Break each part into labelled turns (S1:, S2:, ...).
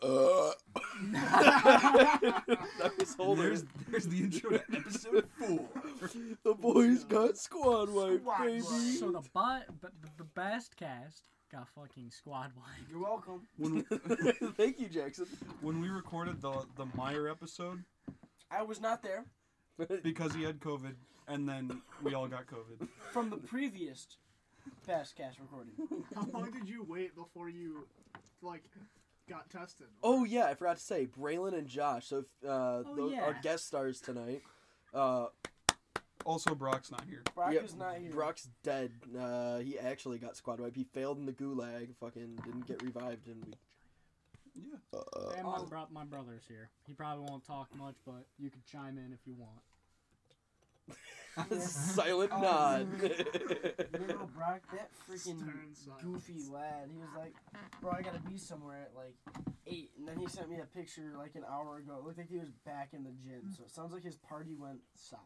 S1: Uh.
S2: that was Holder.
S3: There's, there's the intro to episode four.
S1: The boys got squad wipe,
S3: Squad
S1: baby.
S3: wipe.
S4: So the bu- b- b- b- best cast got fucking squad wiped.
S3: You're welcome. When,
S2: Thank you, Jackson.
S5: When we recorded the the Meyer episode
S3: I was not there
S5: because he had COVID, and then we all got COVID.
S3: from the previous fast cast recording.
S6: How long did you wait before you, like, got tested?
S1: Oh yeah, I forgot to say Braylon and Josh. So if, uh,
S4: Oh,
S1: tho- our
S4: yeah.
S1: guest stars tonight. Uh,
S5: Also, Brock's not here.
S3: Brock
S1: Yep,
S3: is not here.
S1: Brock's dead. Uh, he actually got squad wiped. He failed in the gulag. Fucking didn't get revived, and we.
S5: Yeah.
S3: Uh,
S4: And
S3: oh.
S4: my, bro- my brother's here. He probably won't talk much, but you can chime in if you want.
S1: Silent
S3: Oh,
S1: nod.
S3: Little Brock, that freaking
S6: Stern silence.
S3: goofy lad. He was like, "Bro, I gotta be somewhere at like eight. and then he sent me a picture like an hour ago. It looked like he was back in the gym. So it sounds like his party went south.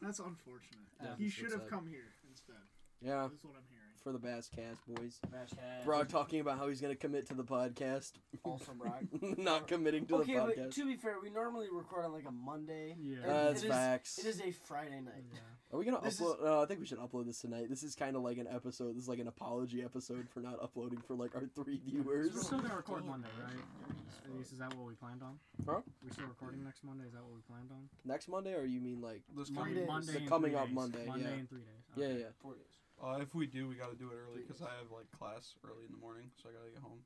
S6: That's unfortunate.
S4: Yeah,
S6: he
S1: that's
S6: should have
S1: sad.
S6: come here instead.
S1: yeah,
S6: That's what I'm hearing.
S1: for the Bass Cast boys.
S3: Hashtag.
S1: Brock talking about how he's gonna commit to the podcast,
S3: also Brock.
S1: not committing to
S3: Okay,
S1: the
S3: but
S1: podcast.
S3: to be fair, we normally record on like a Monday.
S4: Yeah.
S3: and
S1: That's
S3: it is-
S1: facts.
S3: It is a Friday night.
S1: Are we gonna
S3: This
S1: upload? No, I think we should upload this tonight. This is kind of like an episode. This is like an apology episode for not uploading for like our three
S4: We're
S1: viewers.
S4: still gonna record Monday, right? At least, is that what we planned on?
S1: Huh?
S4: We're still recording next Monday. Is that what we planned on?
S1: Next Monday, or you mean like?
S5: This
S3: Three
S5: coming,
S3: days.
S1: The
S4: in
S1: coming
S4: three
S1: up
S4: days.
S1: Monday,
S4: Monday
S1: yeah.
S4: in three days.
S1: Yeah,
S4: Okay.
S1: yeah.
S3: Four days.
S5: uh, if we do, we got to do it early because I have like class early in the morning, so I gotta get home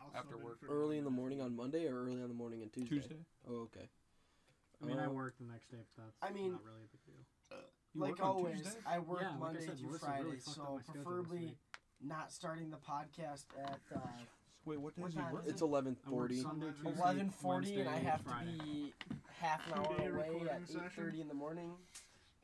S6: I'll
S5: After
S6: sub in
S5: work.
S6: for
S1: Early in the morning on Monday, or early on the morning on Tuesday.
S5: Tuesday.
S1: Oh, okay.
S4: I mean, I
S1: Uh,
S4: work the next day, but that's
S3: I mean,
S4: not really a big deal.
S5: You
S3: like
S5: work on
S3: always,
S5: Tuesday?
S3: I work
S4: Yeah, like I
S3: Monday
S4: said,
S3: through
S4: Melissa
S3: Friday,
S4: really fucked up
S3: so
S4: my schedule this
S3: preferably
S4: week.
S3: not starting the podcast at uh,
S5: Wait, what
S3: What
S5: days you
S3: time
S5: work?
S3: is
S1: It's eleven
S4: I work
S1: forty.
S4: Sunday,
S6: Tuesday,
S4: Tuesday,
S3: eleven forty, and I
S4: Wednesday,
S3: have to
S4: Friday.
S3: be half an
S6: Two-day
S3: hour away
S6: recording
S3: at
S6: session?
S3: eight thirty in the morning.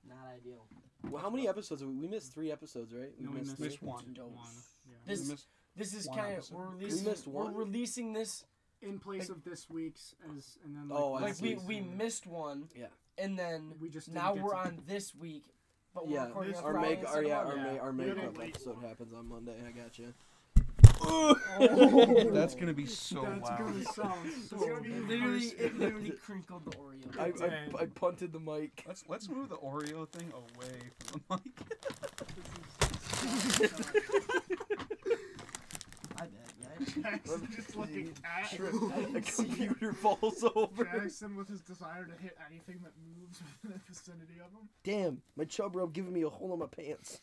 S3: Not ideal.
S1: Well, how many episodes? Have we, we missed three episodes, right?
S4: No, we missed
S1: three.
S5: Missed one.
S3: Don't.
S4: One, yeah.
S3: This
S5: We missed-
S3: this is
S5: One
S3: kind of
S5: episode.
S3: we're
S5: We
S3: releasing
S1: missed
S3: we're
S1: one?
S3: releasing this
S4: in place of this week's as and then like,
S1: Oh, I
S3: like
S4: last
S3: we,
S4: week's
S3: we
S4: and-
S3: missed one.
S1: Yeah.
S3: And then
S4: we just didn't
S3: now
S4: get
S3: we're
S4: to-
S3: on this week, but we're
S1: Yeah,
S3: recording
S6: this
S3: on
S1: Our
S3: Friday
S1: make, our
S3: instead
S1: yeah,
S3: of
S1: our,
S4: Yeah.
S1: ma- our
S6: Really
S1: makeup
S6: late
S1: episode
S6: one.
S1: happens on Monday. I got you.
S3: Monday.
S5: That's gonna be so
S4: That's
S5: loud.
S4: gonna sound so.
S6: gonna be-
S3: It
S4: bad.
S3: literally, it literally crinkled the Oreo.
S1: I,
S4: Dang.
S1: I, I punted the mic.
S5: Let's let's move the Oreo thing away from the mic.
S3: I bet, right?
S6: Jackson just looking at
S1: The computer falls over.
S6: Jackson with his desire to hit anything that moves within the vicinity of him.
S1: Damn, my chub rub giving me a hole in my pants.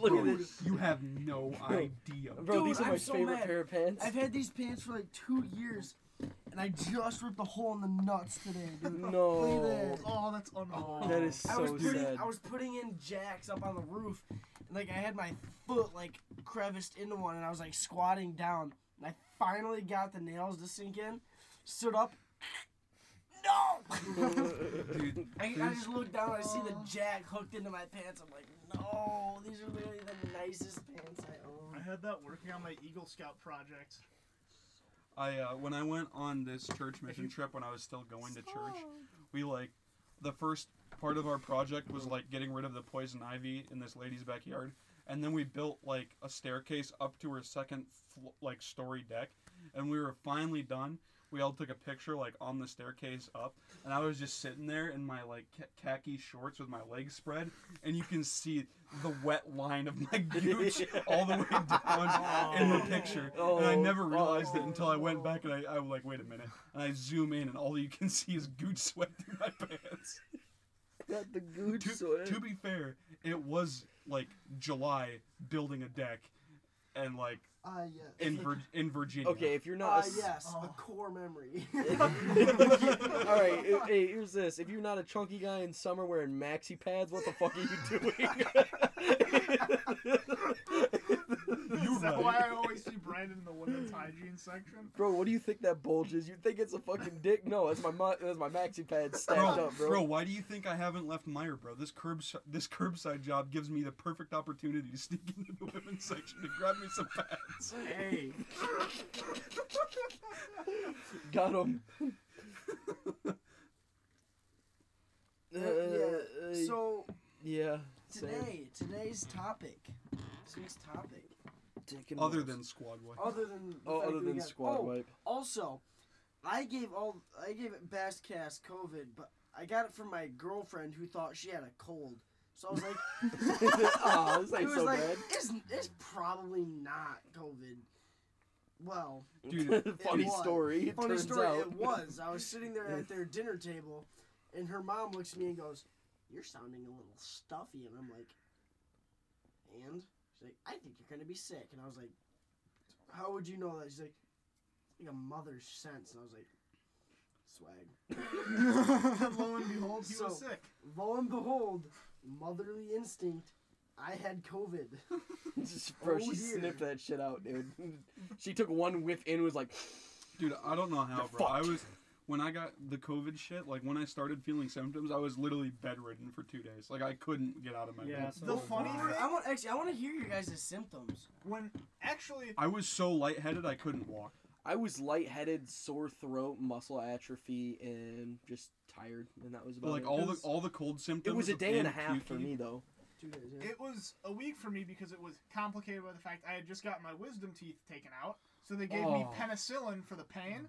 S1: Look at this,
S5: You have no idea.
S1: bro.
S3: Dude,
S1: these are
S3: I'm
S1: my
S3: so
S1: favorite
S3: mad.
S1: pair of pants.
S3: I've had these pants for like two years, and I just ripped a hole in the nuts today, dude.
S1: No,
S3: Look at that.
S6: Oh, that's unbelievable.
S1: that is so
S3: I was putting
S1: sad.
S3: I was putting in jacks up on the roof, and like I had my foot like creviced into one, and I was like squatting down, and I finally got the nails to sink in, stood up. No!
S5: Dude,
S3: I, I just look down, I see the jack hooked into my pants. I'm like, no, these are literally the nicest pants I
S6: I
S3: own.
S6: had that working on my Eagle Scout project.
S5: I uh, when I went on this church mission trip when I was still going to church, we like the first part of our project was like getting rid of the poison ivy in this lady's backyard, and then we built like a staircase up to her second fl- like story deck, and we were finally done. We all took a picture like on the staircase up, and I was just sitting there in my like kh- khaki shorts with my legs spread, and you can see the wet line of my gooch all the way down in the picture. and I
S1: Oh.
S5: never realized it until I went back and I, I was like, wait a minute, and I zoom in, and all you can see is gooch sweat through my pants.
S1: got the good
S5: to, to be fair, it was like July building a deck, and like
S3: Ah, yes.
S5: in Vir- in Virginia.
S1: Okay, if you're
S3: Ah,
S1: not a s-
S3: yes, a core memory.
S1: All right, i- hey, here's this. If you're not a chunky guy in summer wearing maxi pads, what the fuck are you doing?
S5: you
S6: Is that why
S5: right.
S6: I always see Brandon in the women's hygiene section?
S1: bro, what do you think that bulge is? You think it's a fucking dick? No, that's my mu- that's my maxi pads stacked
S5: Bro,
S1: up,
S5: bro,
S1: bro.
S5: why do you think I haven't left Meyer, bro? This curb, this curbside job gives me the perfect opportunity to sneak into the women's section and grab me some pads.
S4: Hey,
S1: Got him.
S3: yeah. So
S1: Uh, yeah. same.
S3: today, today's topic, this week's topic dick and
S5: Other
S3: balls.
S5: than Squad Wipe.
S3: other than the
S1: Oh,
S3: fact
S1: other
S3: that we
S1: than
S3: got-
S1: Squad
S3: oh,
S1: Wipe.
S3: Also, I gave all I gave it Best Cast COVID, but I got it from my girlfriend who thought she had a cold. So I was like,
S1: oh, this
S3: it
S1: ain't
S3: was
S1: so
S3: like,
S1: bad.
S3: it's it's probably not COVID. Well,
S5: Dude,
S1: funny
S3: was.
S1: story. It
S3: funny
S1: turns
S3: story,
S1: out.
S3: it was. I was sitting there at their dinner table, and her mom looks at me and goes, "You're sounding a little stuffy," and I'm like, "And?" She's like, "I think you're gonna be sick," and I was like, "How would you know that?" She's like, "It's like a mother's sense," and I was like, "Swag."
S6: Lo and behold, he
S3: So-
S6: was sick.
S3: Lo and behold, motherly instinct. I had COVID.
S1: Just- Bro,
S3: Oh,
S1: she
S3: dear.
S1: sniffed that shit out, dude. she took one whiff in, was like,
S5: Dude, I don't know how,
S1: You're
S5: bro. I
S1: fucked.
S5: was when I got the COVID shit. Like when I started feeling symptoms, I was literally bedridden for two days. Like I couldn't get out of my
S4: Yeah,
S5: bed.
S4: so
S6: The
S4: was
S6: funny
S4: mine.
S6: thing-
S3: I want actually. I want to hear your guys' symptoms.
S6: When actually,
S5: I was so lightheaded I couldn't walk.
S1: I was lightheaded, sore throat, muscle atrophy, and just tired, and that was
S5: But
S1: about
S5: like
S1: it.
S5: all
S1: it
S5: the
S1: was,
S5: all the cold symptoms.
S1: it was a
S5: of
S1: day and a
S5: being
S1: half for
S5: pukey-
S1: me though.
S3: Two days. Yeah.
S6: it was a week for me because it was complicated by the fact I had just got my wisdom teeth taken out, so they gave me
S5: Oh.
S6: penicillin for the pain.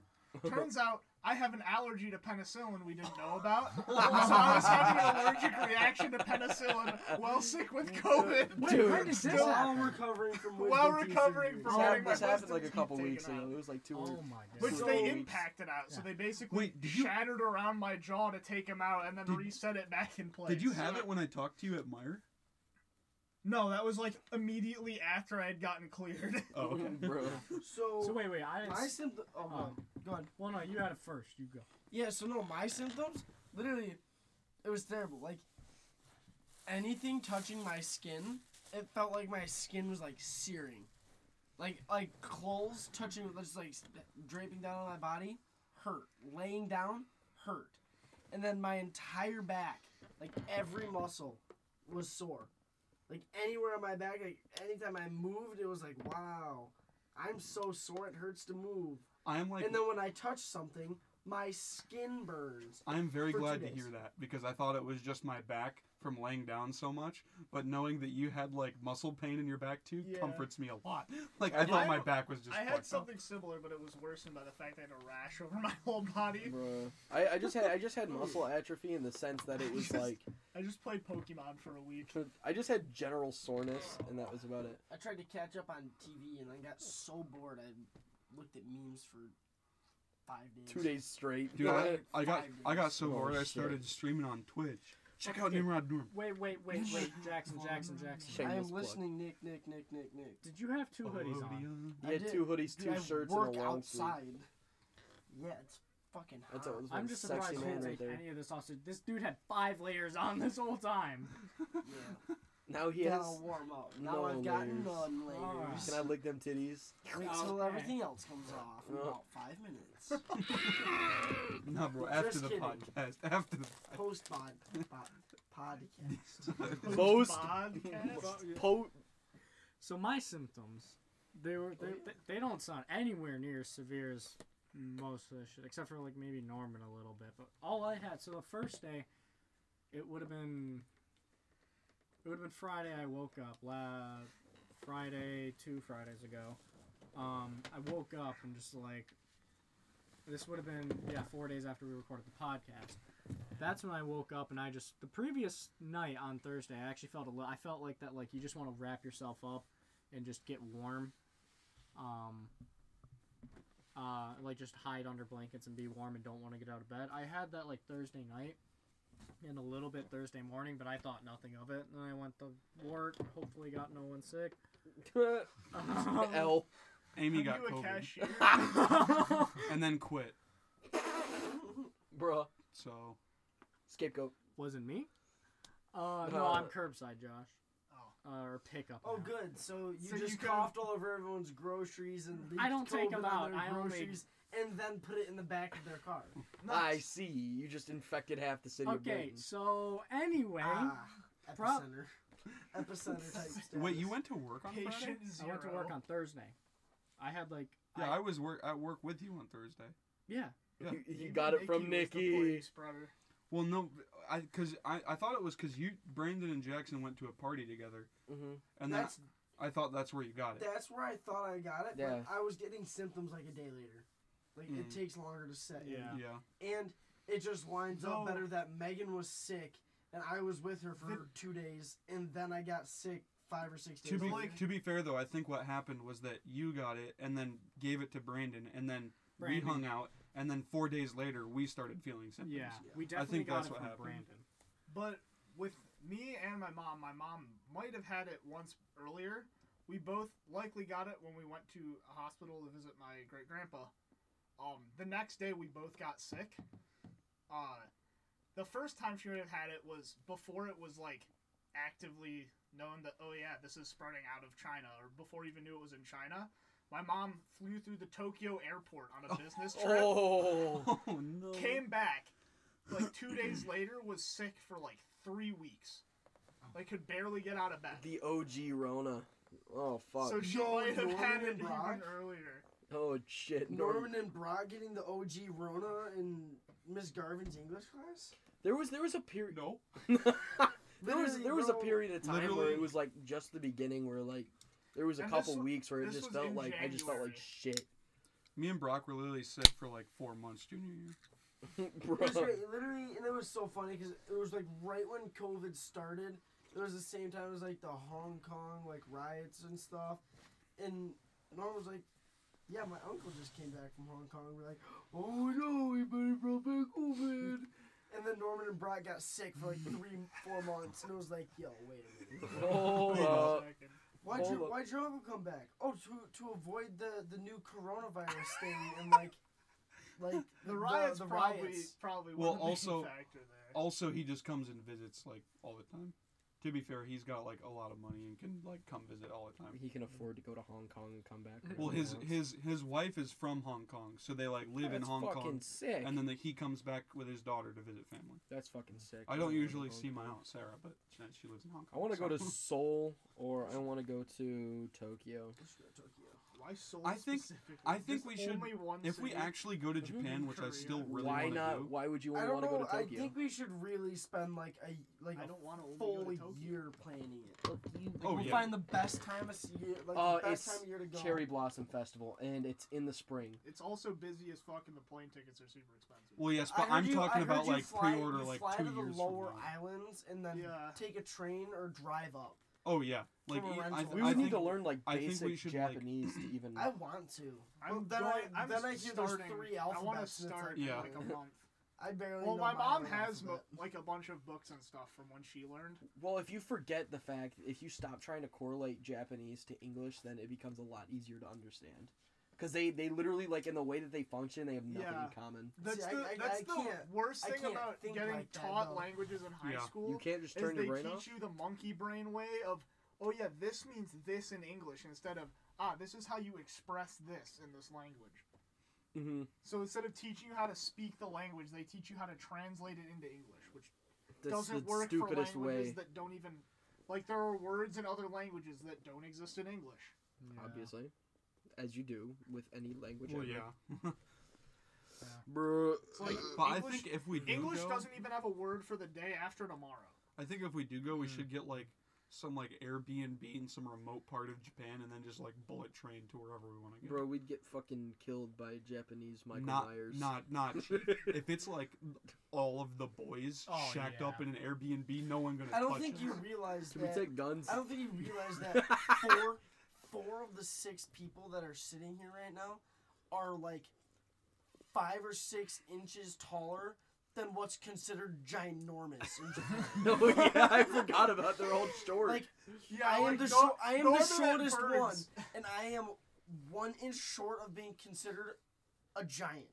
S6: Turns out I have an allergy to penicillin we didn't know about, so I was having an allergic reaction to penicillin while sick with COVID.
S1: Wait, Dude. when
S3: did this
S6: Still-
S3: happen? recovering from
S6: While wisdom teeth recovering surgery.
S1: This,
S6: from
S1: hap-
S6: having my
S1: this happened
S6: wisdom
S1: like a
S6: teeth
S1: couple
S6: taken
S1: weeks
S6: out.
S1: ago. It was like two
S4: Oh
S1: weeks.
S4: my god.
S6: Which
S1: So-
S6: they impacted out, so
S4: Yeah.
S6: they basically
S5: Wait, did you-
S6: shattered around my jaw to take them out and then
S5: Did-
S6: reset it back in place.
S5: Did you have it when I talked to you at Meyer?
S6: No, that was like immediately after I had gotten cleared.
S5: Oh, okay.
S1: Bro.
S3: So,
S4: So wait, wait. I didn't.
S3: my
S4: s-
S3: symptom. Oh,
S4: Oh.
S3: go on.
S4: Well, no, you had it first. You go.
S3: Yeah. So no, my symptoms. Literally, it was terrible. Like anything touching my skin, it felt like my skin was like searing, like like clothes touching, just like s- draping down on my body, hurt. Laying down, hurt, and then my entire back, like every muscle, was sore. Like anywhere on my back, like anytime I moved, it was like wow. I'm so sore it hurts to move.
S5: I'm like
S3: And then when I touch something, my skin burns.
S5: I'm very
S3: for two
S5: glad to
S3: days.
S5: hear that because I thought it was just my back from laying down so much, but knowing that you had like muscle pain in your back too
S6: Yeah.
S5: comforts me a lot. Like I thought
S6: I-
S5: my back was just
S6: I
S5: fucked
S6: had
S5: up.
S6: something similar, but it was worsened by the fact I had a rash over my whole body.
S1: Bro. I, I just had I just had muscle atrophy in the sense that it was
S6: Just-
S1: like
S6: I just played Pokemon for a week.
S1: I just had general soreness and that was about it.
S3: I tried to catch up on TV and I got so bored I looked at memes for five days.
S1: Two days straight.
S5: Dude, I, I got
S3: Five
S5: I got
S4: Oh,
S5: so
S1: days.
S5: bored I
S1: Holy
S5: started
S1: shit.
S5: streaming on Twitch. Check out
S4: Okay.
S5: Nimrod Norm.
S4: Wait, wait, wait, wait. Jackson, Jackson,
S1: Shame.
S4: Jackson.
S3: I
S1: shameless
S3: am
S1: plug.
S3: listening, Nick, Nick, Nick, Nick, Nick.
S4: Did you have two hoodies on?
S1: I had
S3: did.
S1: two hoodies,
S3: Dude,
S1: two
S3: I
S1: shirts, and a
S3: work
S1: long sleeve.
S3: outside. Yeah, it's fucking hot.
S1: That's a, that's
S4: I'm
S1: a
S4: just
S1: sexy
S4: surprised he
S1: man
S4: didn't
S1: right
S4: take
S1: there.
S4: any of this off. So This dude had five layers on this whole time.
S3: yeah.
S1: Now he
S3: Gotta
S1: has.
S3: warm up. Now
S1: no
S3: I've gotten
S1: layers.
S3: none
S4: Alright.
S3: layers.
S1: Can I lick them titties?
S3: Wait till
S4: Okay.
S3: everything else comes off in
S1: Uh.
S3: about five minutes.
S5: No, bro.
S3: Just
S5: After the
S3: kidding.
S5: podcast. After the
S3: Post pod, pod, podcast.
S5: podcast.
S1: Most-
S6: Podcast?
S1: Po-
S4: So my symptoms, they were they, they, they don't sound anywhere near as severe as most of the shit, except for like maybe Norman a little bit. But all I had, so the first day, it would have been, it would have been Friday. I woke up la Friday two Fridays ago. Um, I woke up and just like, this would have been yeah four days after we recorded the podcast. That's when I woke up and I just the previous night on Thursday I actually felt a little I felt like that like you just want to wrap yourself up and just get warm, um, uh, like just hide under blankets and be warm and don't want to get out of bed. I had that like Thursday night and a little bit Thursday morning, but I thought nothing of it. And then I went to work. Hopefully got no one sick. Um,
S1: L.
S5: Amy
S6: Are
S5: got
S6: you a
S5: COVID
S6: cashier?
S5: and then quit.
S1: Bruh.
S5: So
S1: Scapegoat.
S4: Wasn't me. Uh, no, I'm curbside, Josh.
S6: Oh.
S4: Uh, or pickup.
S3: Oh,
S4: now.
S3: good. So you
S6: So you
S3: just
S6: could've-
S3: coughed all over everyone's groceries and leaked
S4: I don't take 'em
S3: COVID on
S4: out.
S3: their
S4: I only-
S3: groceries and then put it in the back of their car.
S1: I see. You just infected half the city of
S4: Okay,
S1: Brighton.
S4: so anyway,
S3: Ah,
S4: Pro-
S3: epicenter, epicenter type stuff.
S5: wait, you went to work on Friday?
S6: Patient
S4: I
S6: zero.
S4: went to work on Thursday. I had like
S5: Yeah,
S4: I,
S5: I was work at work with you on Thursday.
S4: yeah.
S5: Yeah.
S1: You, you got it from Nikki.
S5: Well, no, I because I, I thought it was because you Brandon and Jackson went to a party together,
S1: Mhm.
S5: and then
S3: That's
S5: I thought that's where you got it.
S3: That's where I thought I got it,
S1: Yeah.
S3: but I was getting symptoms like a day later. Like
S5: Mm.
S3: it takes longer to set. in.
S4: Yeah.
S5: Yeah.
S3: And it just lines
S6: No.
S3: up better that Megan was sick and I was with her for
S6: The-
S3: two days and then I got sick five or six days.
S5: To be
S3: later.
S5: to be fair though, I think what happened was that you got it and then gave it to Brandon and then
S4: Brandon.
S5: we hung out and then four days later we started feeling symptoms.
S4: Yeah, we
S5: I
S4: definitely
S5: think
S4: got
S5: that's
S4: it
S5: what
S4: from
S5: happened.
S4: Brandon.
S6: But with me and my mom, my mom might have had it once earlier. We both likely got it when we went to a hospital to visit my great grandpa. Um, the next day, we both got sick. Uh, the first time she would have had it was before it was like actively known that oh yeah this is spreading out of China or before we even knew it was in China. My mom flew through the Tokyo airport on a business trip
S1: Oh.
S5: Oh no.
S6: came back like two days later was sick for like three weeks like could barely get out of bed
S1: The OG Rona. Oh fuck.
S6: so she
S3: No,
S6: might have had
S3: Norman
S6: it even
S3: Brock?
S6: earlier
S1: oh shit. Norman.
S3: Norman and Brock getting the OG Rona in Miss Garvin's English class?
S1: There was there was a period.
S5: No.
S1: there was
S3: Literally,
S1: there was a
S3: bro.
S1: period of time where
S5: Literally.
S1: it was like just the beginning where like there was a
S6: And this
S1: couple
S6: wa-
S1: weeks where it
S6: this
S1: just
S6: was
S1: felt
S6: in
S1: like I just felt like
S6: January.
S1: shit,
S5: Me and Brock were literally sick for like four months junior year.
S1: bro.
S3: It was great, literally, and it was so funny because it was like right when COVID started. It was the same time as like the Hong Kong like riots and stuff, and Norm was like, "Yeah, my uncle just came back from Hong Kong." We're like, "Oh no, he better brought back COVID." And then Norman and Brock got sick for like three, four months, and it was like, "Yo, wait a minute,
S1: Hold up.
S3: why'd,
S1: Hold
S3: you,
S1: up.
S3: why'd your uncle come back? Oh, to to avoid the the new coronavirus thing and like, like
S6: the riots
S3: the, the
S6: probably
S3: riots.
S6: probably
S5: Well,
S6: were the main
S5: also-
S6: factor there
S5: Also, he just comes and visits like all the time. To be fair, he's got like a lot of money and can like come visit all the time.
S1: He can afford to go to Hong Kong and come back.
S5: Well,
S1: around
S5: his
S1: now.
S5: his his wife is from Hong Kong, so they like live in
S1: That's
S5: Hong
S1: fucking
S5: Kong,
S1: sick.
S5: and then like, he comes back with his daughter to visit family.
S1: That's fucking sick.
S5: I
S1: wanna
S5: don't
S1: go to
S5: usually
S1: Hong
S5: see my
S1: Kong.
S5: aunt Sarah, but she, she lives in Hong
S1: I
S5: Kong.
S1: want to go to
S5: so-
S1: Seoul or I want to go to Tokyo.
S3: Let's go to Tokyo.
S6: why Seoul
S5: I think-
S6: specifically?
S5: I think
S6: There's
S5: we should-
S6: only one
S5: If we
S6: city.
S5: actually go to
S1: Mhm.
S5: Japan, which I
S6: Korea.
S5: still really
S1: why
S5: want to
S1: not?
S5: do,
S1: Why would you only
S3: I don't
S1: want to go to
S3: know. I
S1: Tokyo?
S3: think we should really spend like a like
S4: I
S3: a
S4: don't want to go
S3: full
S4: to Tokyo.
S3: year planning it. Like,
S5: Oh,
S3: we'll
S5: yeah.
S3: find the best time of s- year, like
S1: Uh,
S3: the best
S1: it's
S3: time of year to go.
S1: Cherry Blossom Festival, and it's in the spring.
S6: it's also busy as fuck and the plane tickets are super expensive
S5: well, yes,
S3: I
S5: but
S3: heard
S5: I'm
S3: you- I
S5: talking
S3: heard
S5: about
S3: you
S5: like
S3: fly-
S5: pre-order
S3: you
S5: like
S3: fly
S5: two
S3: to the
S5: years
S3: lower
S5: from now.
S3: islands and then
S6: Yeah.
S3: take a train or drive up.
S5: Oh yeah, like
S3: From
S5: e-
S3: a
S5: I,
S3: rental.
S5: th-
S1: We
S5: I
S1: would need
S5: think
S1: to learn like
S5: I think we
S1: basic
S5: should, like-
S1: Japanese to even.
S3: I want to.
S6: I'm
S3: Well, then
S6: going,
S3: I
S6: I'm
S3: then I hear there's
S6: starting,
S3: three
S6: I want to
S3: alphabets and it's
S6: start
S3: like,
S5: Yeah.
S6: in like a month
S3: I barely.
S6: well
S3: know
S6: my mom
S3: own
S6: has mo-
S3: alphabet.
S6: like a bunch of books and stuff from when she learned
S1: Well, if you forget the fact, if you stop trying to correlate Japanese to English, then it becomes a lot easier to understand. Because they, they literally, like, in the way that they function, they have nothing
S6: Yeah.
S1: in common.
S6: That's
S3: See, I-
S6: the
S3: I-
S6: that's
S3: I
S6: the
S3: can't-
S6: worst
S3: I
S6: thing
S3: can't
S6: about
S3: think
S6: getting
S3: like that,
S6: taught
S3: though.
S6: languages in high
S5: Yeah.
S6: school.
S1: You can't just
S6: is
S1: turn
S6: they
S1: your brain
S6: teach
S1: off.
S6: you the monkey brain way of oh yeah this means this in English instead of ah this is how you express this in this language.
S1: hmm
S6: So instead of teaching you how to speak the language, they teach you how to translate it into English, which
S1: That's
S6: doesn't
S1: the
S6: work
S1: stupidest
S6: for languages
S1: way.
S6: that don't even like there are words in other languages that don't exist in English.
S4: Yeah.
S1: Obviously. As you do with any language.
S5: Well,
S1: ever.
S5: yeah,
S1: Bruh.
S6: It's like
S5: but I
S6: English,
S5: think if we do
S6: English
S5: go,
S6: doesn't even have a word for the day after tomorrow.
S5: I think if we do go, we
S4: Hmm.
S5: should get like some like Airbnb in some remote part of Japan, and then just like bullet train to wherever we want to go.
S1: Bro, we'd get fucking killed by Japanese Michael
S5: not,
S1: Myers.
S5: not, not cheap. if it's like all of the boys
S4: Oh,
S5: shacked up
S4: yeah.
S5: in an Airbnb, no one gonna.
S3: I don't
S5: touch
S3: think
S5: us.
S3: you realize
S1: Can we
S3: that.
S1: take guns?
S3: I don't think you realize that four four of the six people that are sitting here right now are like five or six inches taller than what's considered ginormous. in Japan.
S1: no, yeah, I forgot about their old story.
S3: Like,
S6: Yeah,
S3: I am
S6: like,
S3: the
S6: nor-
S3: shor- I am the
S6: Northern and
S3: shortest one,
S6: birds.
S3: and I am one inch short of being considered a giant.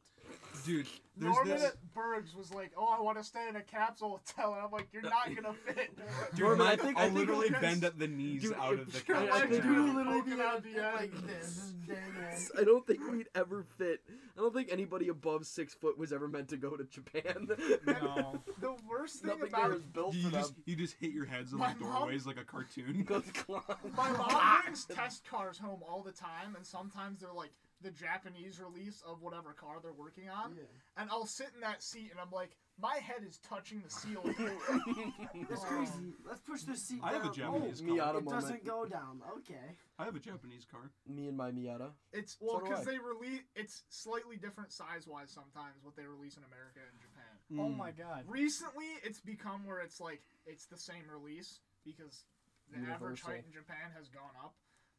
S5: dude. There's
S6: Norman
S5: this.
S6: at Bergs was like, "Oh, I want to stay in a capsule hotel," and I'm like, "You're not gonna fit."
S5: Dude,
S1: Norman,
S5: my,
S1: I think-
S5: I'll
S1: I think
S5: literally
S6: I'll-
S5: bend at the knees
S1: Dude,
S5: out
S1: if-
S5: of the
S1: I- I
S5: couch.
S1: think
S5: now.
S6: you-
S3: literally
S6: poking
S3: be
S6: out
S3: like,
S6: the end.
S3: like this, this dangling.
S1: I don't think we'd ever fit. I don't think anybody above six foot was ever meant to go to Japan.
S4: No.
S6: the worst thing
S1: Nothing there
S6: about
S1: is built
S5: You,
S1: for
S5: just
S1: them.
S5: you just hit your heads on
S6: My
S5: the
S6: mom-
S5: doorways like a cartoon.
S1: Go to class.
S6: my mom brings test cars home all the time, and sometimes they're like, the Japanese release of whatever car they're working on,
S1: Um,
S3: Yeah.
S6: and I'll sit in that seat and I'm like, my head is touching the ceiling.
S3: That's crazy. Oh. Let's push this seat
S5: I
S3: down. Oh,
S5: have a Japanese
S1: Me
S5: car.
S1: out
S3: it
S1: of moment.
S3: doesn't go down. Okay.
S5: I have a Japanese car.
S1: Me and my Miata.
S6: it's
S1: So
S6: well
S1: do I.
S6: because they release it's slightly different size wise sometimes what they release in America and Japan.
S4: Oh
S5: Mm.
S4: my god.
S6: Recently, it's become where it's like it's the same release because the average
S1: Universal.
S6: height in Japan has gone up,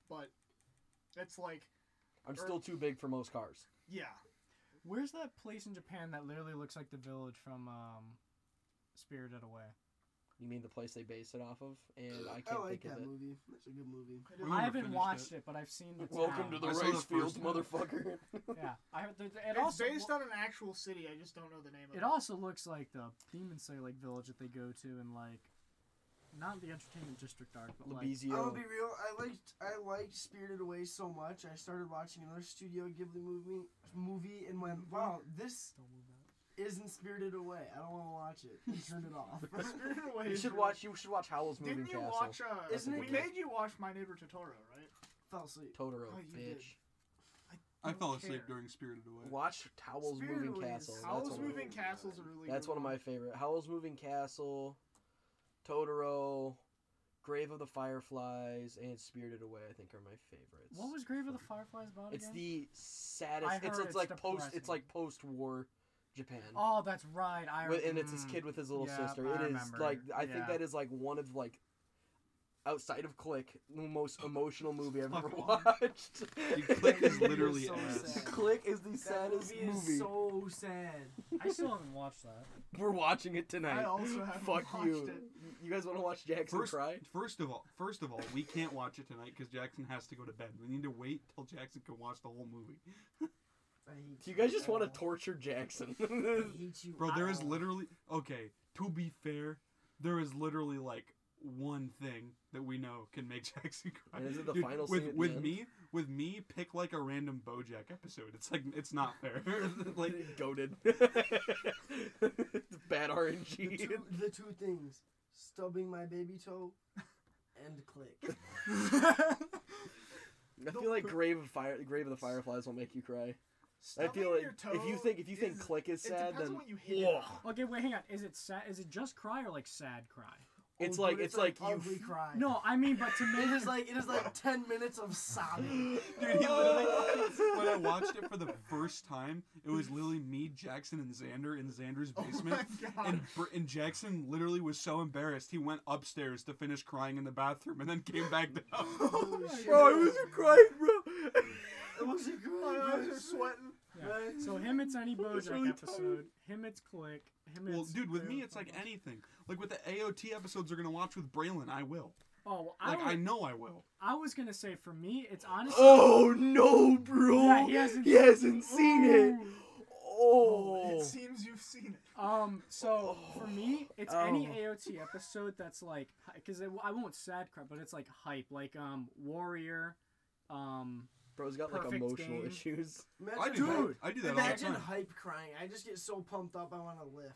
S6: but it's like
S1: I'm
S6: Or-
S1: still too big for most cars.
S6: yeah,
S4: Where's that place in Japan that literally looks like the village from um, Spirited Away?
S1: You mean the place they based it off of? And I
S3: I
S1: can't
S3: like
S1: think
S3: that
S1: of it.
S3: movie. That's a good movie.
S5: I
S4: I
S5: never
S4: haven't
S5: finished
S4: watched
S5: it.
S4: it. but I've seen the.
S1: Welcome
S4: town.
S1: to the
S5: I saw the
S1: race field,
S5: first one.
S1: motherfucker.
S4: Yeah, I have. It
S6: it's
S4: also
S6: based on an actual city. I just don't know the name of it.
S4: It also looks like the Demon Slayer like village that they go to in like, not the entertainment district arc, but like
S1: Labizio.
S3: I'll be real. I liked I liked Spirited Away so much. I started watching another Studio Ghibli movie movie and went, wow, this isn't Spirited Away. I don't want to watch it. And turned it off.
S6: Spirited Away
S1: you
S6: is
S1: should
S6: really-
S1: watch. You should watch Howl's Moving
S6: Didn't you
S1: Castle.
S6: watch? Uh,
S3: Isn't
S6: we
S1: it-
S6: made you watch My Neighbor Totoro, right?
S3: Fell asleep.
S1: Totoro,
S6: Oh, you did.
S1: bitch.
S5: I fell
S6: don't
S5: asleep
S6: care.
S5: during Spirited Away.
S1: Watch Howl's
S3: Spirited
S1: Moving
S3: Away is
S1: Castle.
S3: so
S1: That's
S6: Howl's
S1: one,
S3: good.
S1: of,
S6: Moving Castle's a really
S1: that's
S6: good
S1: one of my favorite. Howl's Moving Castle, Totoro, Grave of the Fireflies, and Spirited Away. I think are my favorites.
S4: what was Grave of the Fireflies about
S1: It's
S4: again?
S1: the saddest.
S4: I
S1: It's, it's,
S4: heard it's
S1: like post.
S4: depressing.
S1: It's like post-war Japan.
S4: oh, that's right. I
S1: With- and it's his
S4: mm.
S1: kid with his little
S4: Yeah,
S1: sister.
S4: I
S1: It is
S4: remember.
S1: like I think
S4: Yeah.
S1: that is like one of like outside of Click, the most emotional movie I've ever
S5: Fuck.
S1: watched.
S5: Dude, Click is
S4: You're
S5: literally
S4: so
S5: ass.
S4: sad.
S1: Click is the
S3: That
S1: saddest
S3: movie
S1: movie.
S3: is so sad.
S4: I still haven't watched that.
S1: We're watching it tonight.
S6: I also haven't
S1: Fuck
S6: watched
S1: you.
S6: it.
S1: You guys want to watch Jackson
S5: First,
S1: cry?
S5: first of all, first of all, we can't watch it tonight because Jackson has to go to bed. We need to wait till Jackson can watch the whole movie.
S3: I hate
S1: Do you guys just want
S3: all.
S1: to torture Jackson?
S3: I hate you.
S5: Bro, there is
S3: all.
S5: literally okay. To be fair, there is literally like one thing that we know can make Jackson cry.
S1: And is it the final
S5: with
S1: scene at the
S5: with
S1: end?
S5: me? With me, pick like a random BoJack episode. It's like it's not fair. like
S1: goaded. Bad
S3: the
S1: RNG.
S3: two, the two things: stubbing my baby toe, and click.
S1: I feel like Grave of Fire, Grave of the Fireflies will make you cry. I
S6: Stubbing
S1: feel like
S6: your
S1: if you
S6: toe
S1: think if you think
S6: is-
S1: Click is
S6: it
S1: sad,
S6: depends
S1: then
S6: on what you hit it
S1: Ugh.
S6: on.
S4: Okay, wait, hang on. Is it sad? Is it just cry or like sad cry?
S1: It's
S3: Oh,
S1: like
S3: dude,
S1: it's like you.
S3: ugly cry.
S4: No, I mean, but to me,
S3: It is like it is like ten minutes of sobbing.
S5: Dude, he literally when I watched it for the first time, it was literally me, Jackson, and Xander in Xander's
S6: Oh
S5: basement.
S6: my god.
S5: and, Br- and Jackson literally was so embarrassed he went upstairs to finish crying in the bathroom and then came back down.
S3: Holy shit.
S1: crying, bro.
S3: I wasn't
S6: my
S3: crying.
S6: eyes are sweating.
S4: Yeah. So him, it's any
S1: That's
S4: BoJack
S1: really
S4: episode. Him, it's Click. Him,
S5: well,
S4: it's
S5: dude, with
S4: Grave
S5: me
S4: of
S5: it's like
S4: Fireflies.
S5: anything. Like with the AOT episodes they're gonna watch with Braylon, I will.
S4: Oh, well, I,
S5: Like I,
S4: was,
S5: know I will.
S4: I was gonna say for me, it's honestly.
S1: Oh no, bro!
S4: Yeah, he hasn't-
S1: seen it.
S4: Ooh.
S1: Oh,
S6: It seems you've seen it.
S4: Um, so for me, it's any
S1: Oh.
S4: AOT episode that's like, because I won't sad crap, but it's like hype, like um Warrior, um
S1: bro's got like
S4: Perfect
S1: emotional
S4: game.
S1: issues.
S3: Imagine,
S5: I do
S4: Dude,
S5: that. I do that all the
S3: imagine
S5: time.
S3: hype crying. I just get so pumped up. I want to lift.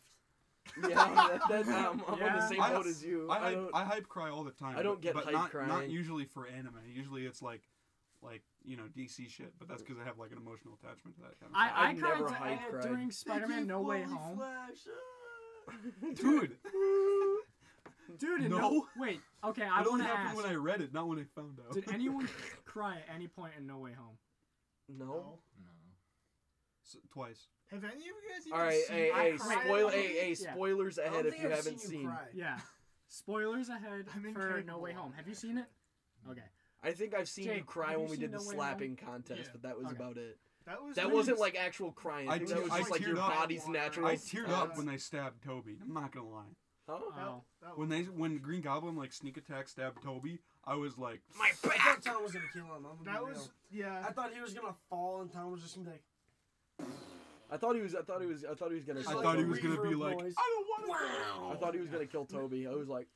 S1: Yeah, that, that, I'm, I'm on the
S4: Yeah.
S1: same
S5: I-
S1: boat as you.
S5: I,
S1: I
S5: hype,
S1: don't.
S5: I hype cry all the time.
S1: I don't
S5: but-
S1: get
S5: but
S1: hype
S5: not, Not
S1: crying.
S5: usually for anime. Usually it's like, like you know DC shit. But that's because I have like an emotional attachment to that kind of.
S4: I, I,
S1: I've
S4: cried
S1: never
S4: to-
S1: hype
S4: uh,
S1: cried.
S4: during Spider Man
S3: Thank you,
S4: No Way
S3: Holy
S4: Home.
S3: Flash. Ah.
S5: dude.
S4: Dude, and
S5: No.
S4: no. Wait, okay,
S5: it
S4: I want
S5: only
S4: to
S5: happened
S4: ask.
S5: when I read it, not when I found out.
S4: Did anyone cry at any point in No Way Home?
S1: no.
S5: S- twice?
S6: Have any of you guys even
S1: All right,
S6: seen
S1: hey,
S6: it?
S1: hey,
S6: I cried
S1: spoil,
S6: at
S1: hey,
S6: all.
S1: hey,
S4: Yeah.
S1: spoilers
S3: I
S1: ahead
S3: don't
S1: if
S3: think
S1: you
S3: I've
S1: haven't
S3: seen. You
S1: seen.
S3: cry.
S4: Yeah. Spoilers ahead
S6: I'm
S4: for No
S6: incapable
S4: Way
S6: of
S4: Home.
S6: it,
S4: Have you seen it?
S6: actually.
S4: Okay.
S1: I think I've seen you
S4: Jake,
S1: cry
S4: have you
S1: when we
S4: seen
S1: did the
S4: No Way Home?
S1: slapping contest,
S6: Yeah.
S1: but that was
S4: Okay.
S1: about it.
S6: That was
S1: That
S6: really-
S1: wasn't like actual crying. I
S5: I
S1: think
S5: te-
S1: that was
S5: I
S1: just like your
S5: teared up.
S1: body's natural.
S5: I teared
S6: Uh,
S5: up when they stabbed Toby. I'm not gonna lie.
S1: Huh?
S6: That,
S4: Oh.
S6: that
S5: When
S6: was-
S5: they when Green Goblin like sneak attack stabbed Toby, I was like,
S1: My
S3: I thought Tom was gonna kill him. I'm gonna
S6: That
S3: be
S6: was
S3: real.
S6: yeah.
S3: I thought he was gonna fall, and Tom was just gonna be like,
S1: I thought he was. I thought he was. I thought he was gonna.
S3: Just
S5: I
S1: kill
S3: like
S5: thought he
S1: Toby.
S3: a
S5: was gonna be
S3: reverb
S5: like,
S3: noise.
S6: "Ah."
S5: I don't want
S1: I thought he was gonna kill Toby. I was like,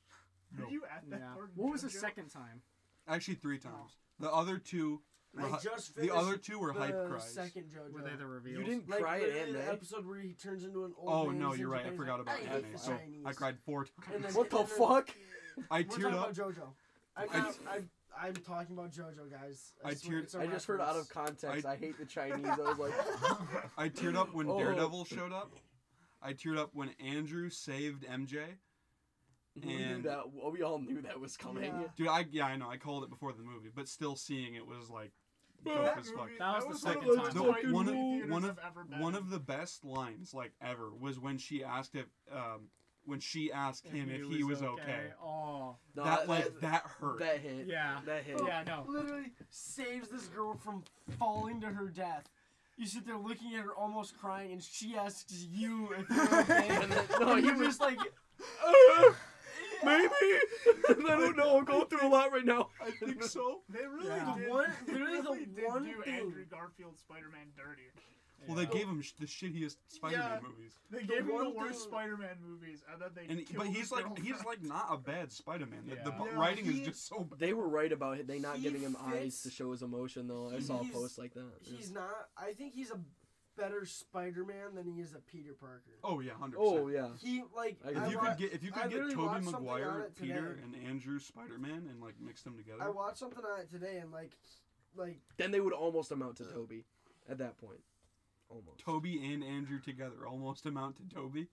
S5: No.
S6: Were you at
S4: Yeah.
S6: that part?
S4: What was the
S6: Jojo?
S4: second time?
S5: Actually, three
S4: Oh.
S5: times. The other two, were
S3: I
S5: hy-
S3: just
S5: the
S3: finished
S5: other two were hype
S3: the
S5: cries.
S3: second
S6: Oh,
S3: JoJo.
S4: Were they the reveals?
S1: you didn't
S3: like
S1: cry at
S3: literally
S1: Aunt
S3: the
S1: May.
S3: episode where he turns into an old.
S5: Oh
S3: man,
S5: no,
S3: he's
S5: you're
S3: in
S5: right. I
S3: Japan,
S5: forgot
S3: he's
S5: about
S3: like, I hate
S5: anime.
S3: the
S5: So
S3: Chinese.
S5: I cried four
S3: And
S5: times.
S3: then-
S1: What the fuck?
S5: I
S3: We're
S5: teared
S3: talking
S5: up.
S3: about JoJo. I,
S5: I
S3: now,
S5: t-
S3: I, I'm talking about JoJo, guys.
S5: I
S3: swear
S5: teared-
S3: it's a
S1: I just heard out of
S3: reference.
S1: context. I, hate the Chinese. I was like,
S5: I teared up when
S1: Oh.
S5: Daredevil showed up. I teared up when Andrew saved MJ.
S1: we knew
S5: And-
S1: that. We all knew that was coming.
S3: Yeah.
S5: Dude, I yeah, I know. I called it before the movie, but still seeing it was like
S6: That
S5: dope as fuck.
S6: movie-
S4: That was the
S6: one
S4: second
S6: of
S4: time.
S6: those
S5: No,
S6: fucking
S5: one of-
S6: movie theaters
S5: one of-
S6: I've ever been
S5: One
S6: in.
S5: of the best lines like ever was when she asked if um when she asked him if he was, okay.
S4: Oh.
S1: No,
S5: that like that hurt.
S1: that hit.
S4: Yeah.
S1: That hit.
S4: Yeah, no.
S3: literally saves this girl from falling to her death. You sit there looking at her, almost crying, and she asks you if you're okay.
S1: And then- no,
S3: no,
S1: he
S3: you're
S1: was
S3: just like,
S1: "Uh, maybe. I don't know. I'm going through a lot right now.
S5: I think so.
S6: They really
S4: Yeah.
S3: The
S6: did.
S3: one-
S6: they
S3: literally the
S6: really did
S3: one
S6: do
S3: thing-
S6: Andrew Garfield Spider-Man dirty.
S5: Well, they gave him sh- the shittiest Spider-Man
S6: Yeah.
S5: movies,
S6: They gave him
S3: one
S6: the
S3: thing-
S6: worst Spider-Man movies, and then they.
S5: and but
S6: killed
S5: he's
S6: his
S5: like
S6: girlfriend.
S5: he's like not a bad Spider-Man. The, the
S4: Yeah.
S5: bu-
S6: Yeah.
S5: writing
S3: He-
S5: is just so bad.
S1: They were right about it. They not
S3: He
S1: giving him eyes
S3: fits-
S1: to show his emotion though. I saw a
S3: he's-
S1: post like that. Yeah.
S3: he's not. I think he's a better Spider-Man than he is a Peter Parker.
S5: Oh yeah, hundred
S1: Oh
S5: percent.
S1: yeah.
S3: He like
S1: I-
S3: I,
S5: If you
S3: wa-
S5: could get if you
S3: I
S5: could get
S3: literally
S5: Tobey
S3: watched something on
S5: Maguire,
S3: it today.
S5: Peter, and Andrew Spider-Man and like mix them together.
S3: I watched something on it today, and like, like
S1: Then they would almost amount to Toby, at that point. Almost.
S5: Toby and Andrew together almost amount to Toby.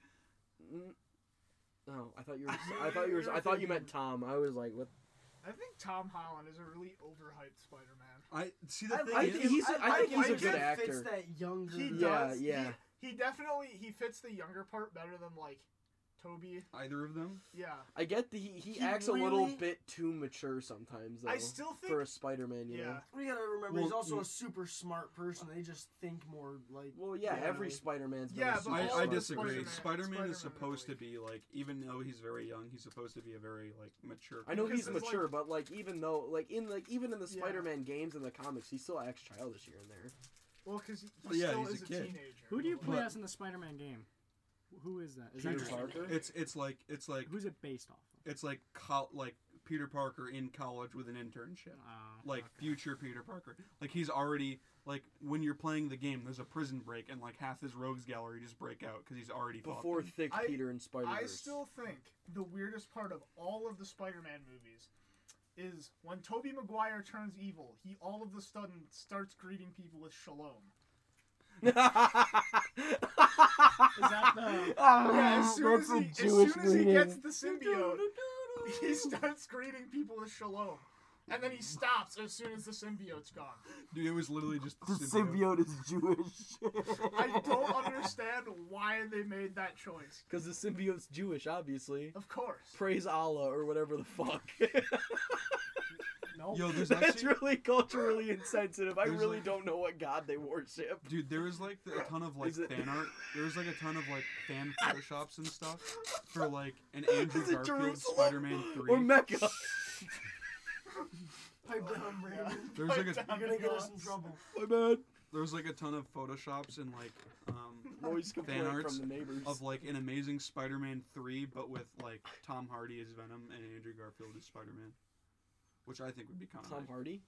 S1: Mm. No, I thought you were. I thought you were. I thought you meant Tom. I was like, what?
S6: I think Tom Holland is a really overhyped Spider-Man.
S5: I see the
S3: I
S5: thing
S3: like
S5: is,
S3: him.
S1: he's- I
S3: like
S6: think he's
S3: him
S6: a
S3: because
S6: good
S3: he Fits
S1: actor.
S3: that younger.
S6: He
S1: Yeah,
S6: does.
S1: yeah.
S6: He, he definitely he fits the younger part better than like Toby.
S5: either of them.
S6: Yeah.
S1: I get the he, he,
S3: He
S1: acts a little
S3: really-
S1: bit too mature sometimes though
S6: I still think.
S1: for a Spider-Man. You know.
S6: yeah.
S3: We gotta remember he's
S5: Well,
S3: also
S5: mm.
S3: a super smart person. They just think more like.
S1: Well, yeah.
S3: Yeah.
S1: every Spider-Man's been a
S6: Yeah, but
S1: super
S5: I,
S6: all
S5: I
S1: smart
S6: of
S5: disagree.
S1: person.
S5: Spider-Man,
S6: Spider-Man
S5: is
S6: is
S5: supposed to
S6: like-
S5: be like, even though he's very young, he's supposed to be a very like mature.
S1: I know
S6: Because
S1: he's
S6: it's
S1: mature, but like even though like in like even in the
S6: Yeah.
S1: Spider-Man games and the comics, he still acts childish here and there.
S6: Well, because he, he
S5: Well, yeah,
S6: still
S5: he's
S6: is
S5: a
S6: a,
S5: kid.
S6: teenager.
S4: Who do you
S6: Like,
S4: play
S5: But-
S4: as in the Spider-Man game? Who is that? Is
S1: Peter
S4: that just-
S1: Parker?
S5: It's it's like it's like
S4: Who's it based off?
S5: it's like col- like Peter Parker in college with an internship.
S4: Of? Oh,
S5: Like future Peter Parker. Like he's already like when you're playing the game, there's a prison break and like half his rogues gallery just break out because he's already fought
S1: Before
S5: them.
S1: Thick
S6: I-
S1: Peter and Spider-Verse.
S6: I still think the weirdest part of all of the Spider-Man movies is when Tobey Maguire turns evil. He all of the sudden starts greeting people with shalom.
S4: Is that the?
S6: Yeah, as soon as,
S1: that's
S6: he,
S1: a
S6: as,
S1: Jewish
S6: soon as he gets
S1: greeting.
S6: the symbiote, he starts greeting people with shalom. And then he stops as soon as the symbiote's gone.
S5: Dude, it was literally just the symbiote.
S1: is Jewish.
S6: I don't understand why they made that choice.
S1: Because the symbiote's Jewish, obviously.
S6: Of course.
S1: Praise Allah or whatever the fuck.
S4: No.
S5: Yo, there's
S1: That's
S5: actually
S1: really culturally insensitive. I
S5: There's
S1: really
S5: like-
S1: don't know what god they worship.
S5: Dude, there was like a ton of like
S1: Is it-
S5: fan art. There was like a ton of like fan photoshops and stuff for like an
S1: Is
S5: Andrew
S1: it
S5: Garfield
S1: Jerusalem
S5: Spider-Man three.
S1: or Mecca?
S3: Pipe down, Brandon.
S5: There's like a
S6: Pipe down.
S3: You're gonna get us in trouble.
S1: My bad.
S5: there was like a ton of photoshops and like um
S1: Always complain
S5: arts
S1: from the neighbors.
S5: of like an Amazing Spider-Man three, but with like Tom Hardy as Venom and Andrew Garfield as Spider-Man, which I think would be kind of
S1: Tom Hardy?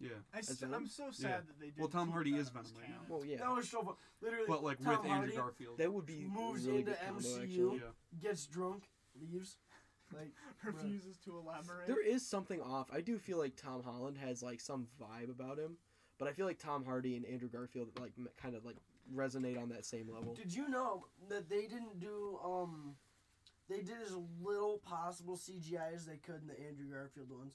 S5: yeah.
S6: I
S1: As
S6: st-
S1: Venom?
S6: I'm so sad
S5: Yeah.
S6: that they did.
S5: Well, Tom Hardy is Venom right now.
S1: Well, yeah.
S3: That was so fun. Literally,
S5: But like
S3: Tom
S5: with
S3: Hardy,
S5: Andrew Garfield.
S1: that would be a
S3: moves
S1: really
S3: into
S1: good combo,
S3: MCU.
S1: actually.
S5: Yeah.
S3: gets drunk, leaves. Like
S6: Refuses to elaborate.
S1: There is something off. I do feel like Tom Holland has like some vibe about him, but I feel like Tom Hardy and Andrew Garfield like m- kind of like resonate on that same level.
S3: Did you know that they didn't do um they did as little possible CGI as they could in the Andrew Garfield ones.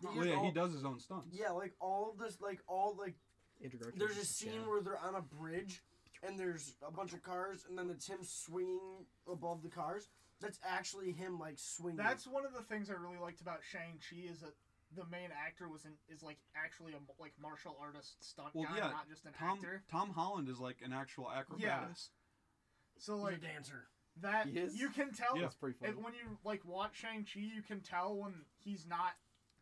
S3: They
S5: Well,
S3: used
S5: Oh, yeah,
S3: all-
S5: he does his own stunts.
S3: Yeah, like all of this like all like
S1: Andrew Garfield.
S3: there's a
S1: is
S3: scene
S1: Chad.
S3: where they're on a bridge and there's a bunch of cars and then it's him swinging above the cars. That's actually him like swinging.
S6: That's one of the things I really liked about Shang Chi is that the main actor was in, is like actually a like martial artist stunt
S5: Well,
S6: guy,
S5: yeah,
S6: not just an
S5: Tom
S6: actor.
S5: Tom Holland is like an actual acrobatist.
S6: So
S3: He's
S6: like
S3: a dancer.
S6: that,
S1: He is?
S6: you can tell
S5: Yeah.
S1: That's pretty funny.
S6: if, when you like watch Shang Chi, you can tell when he's not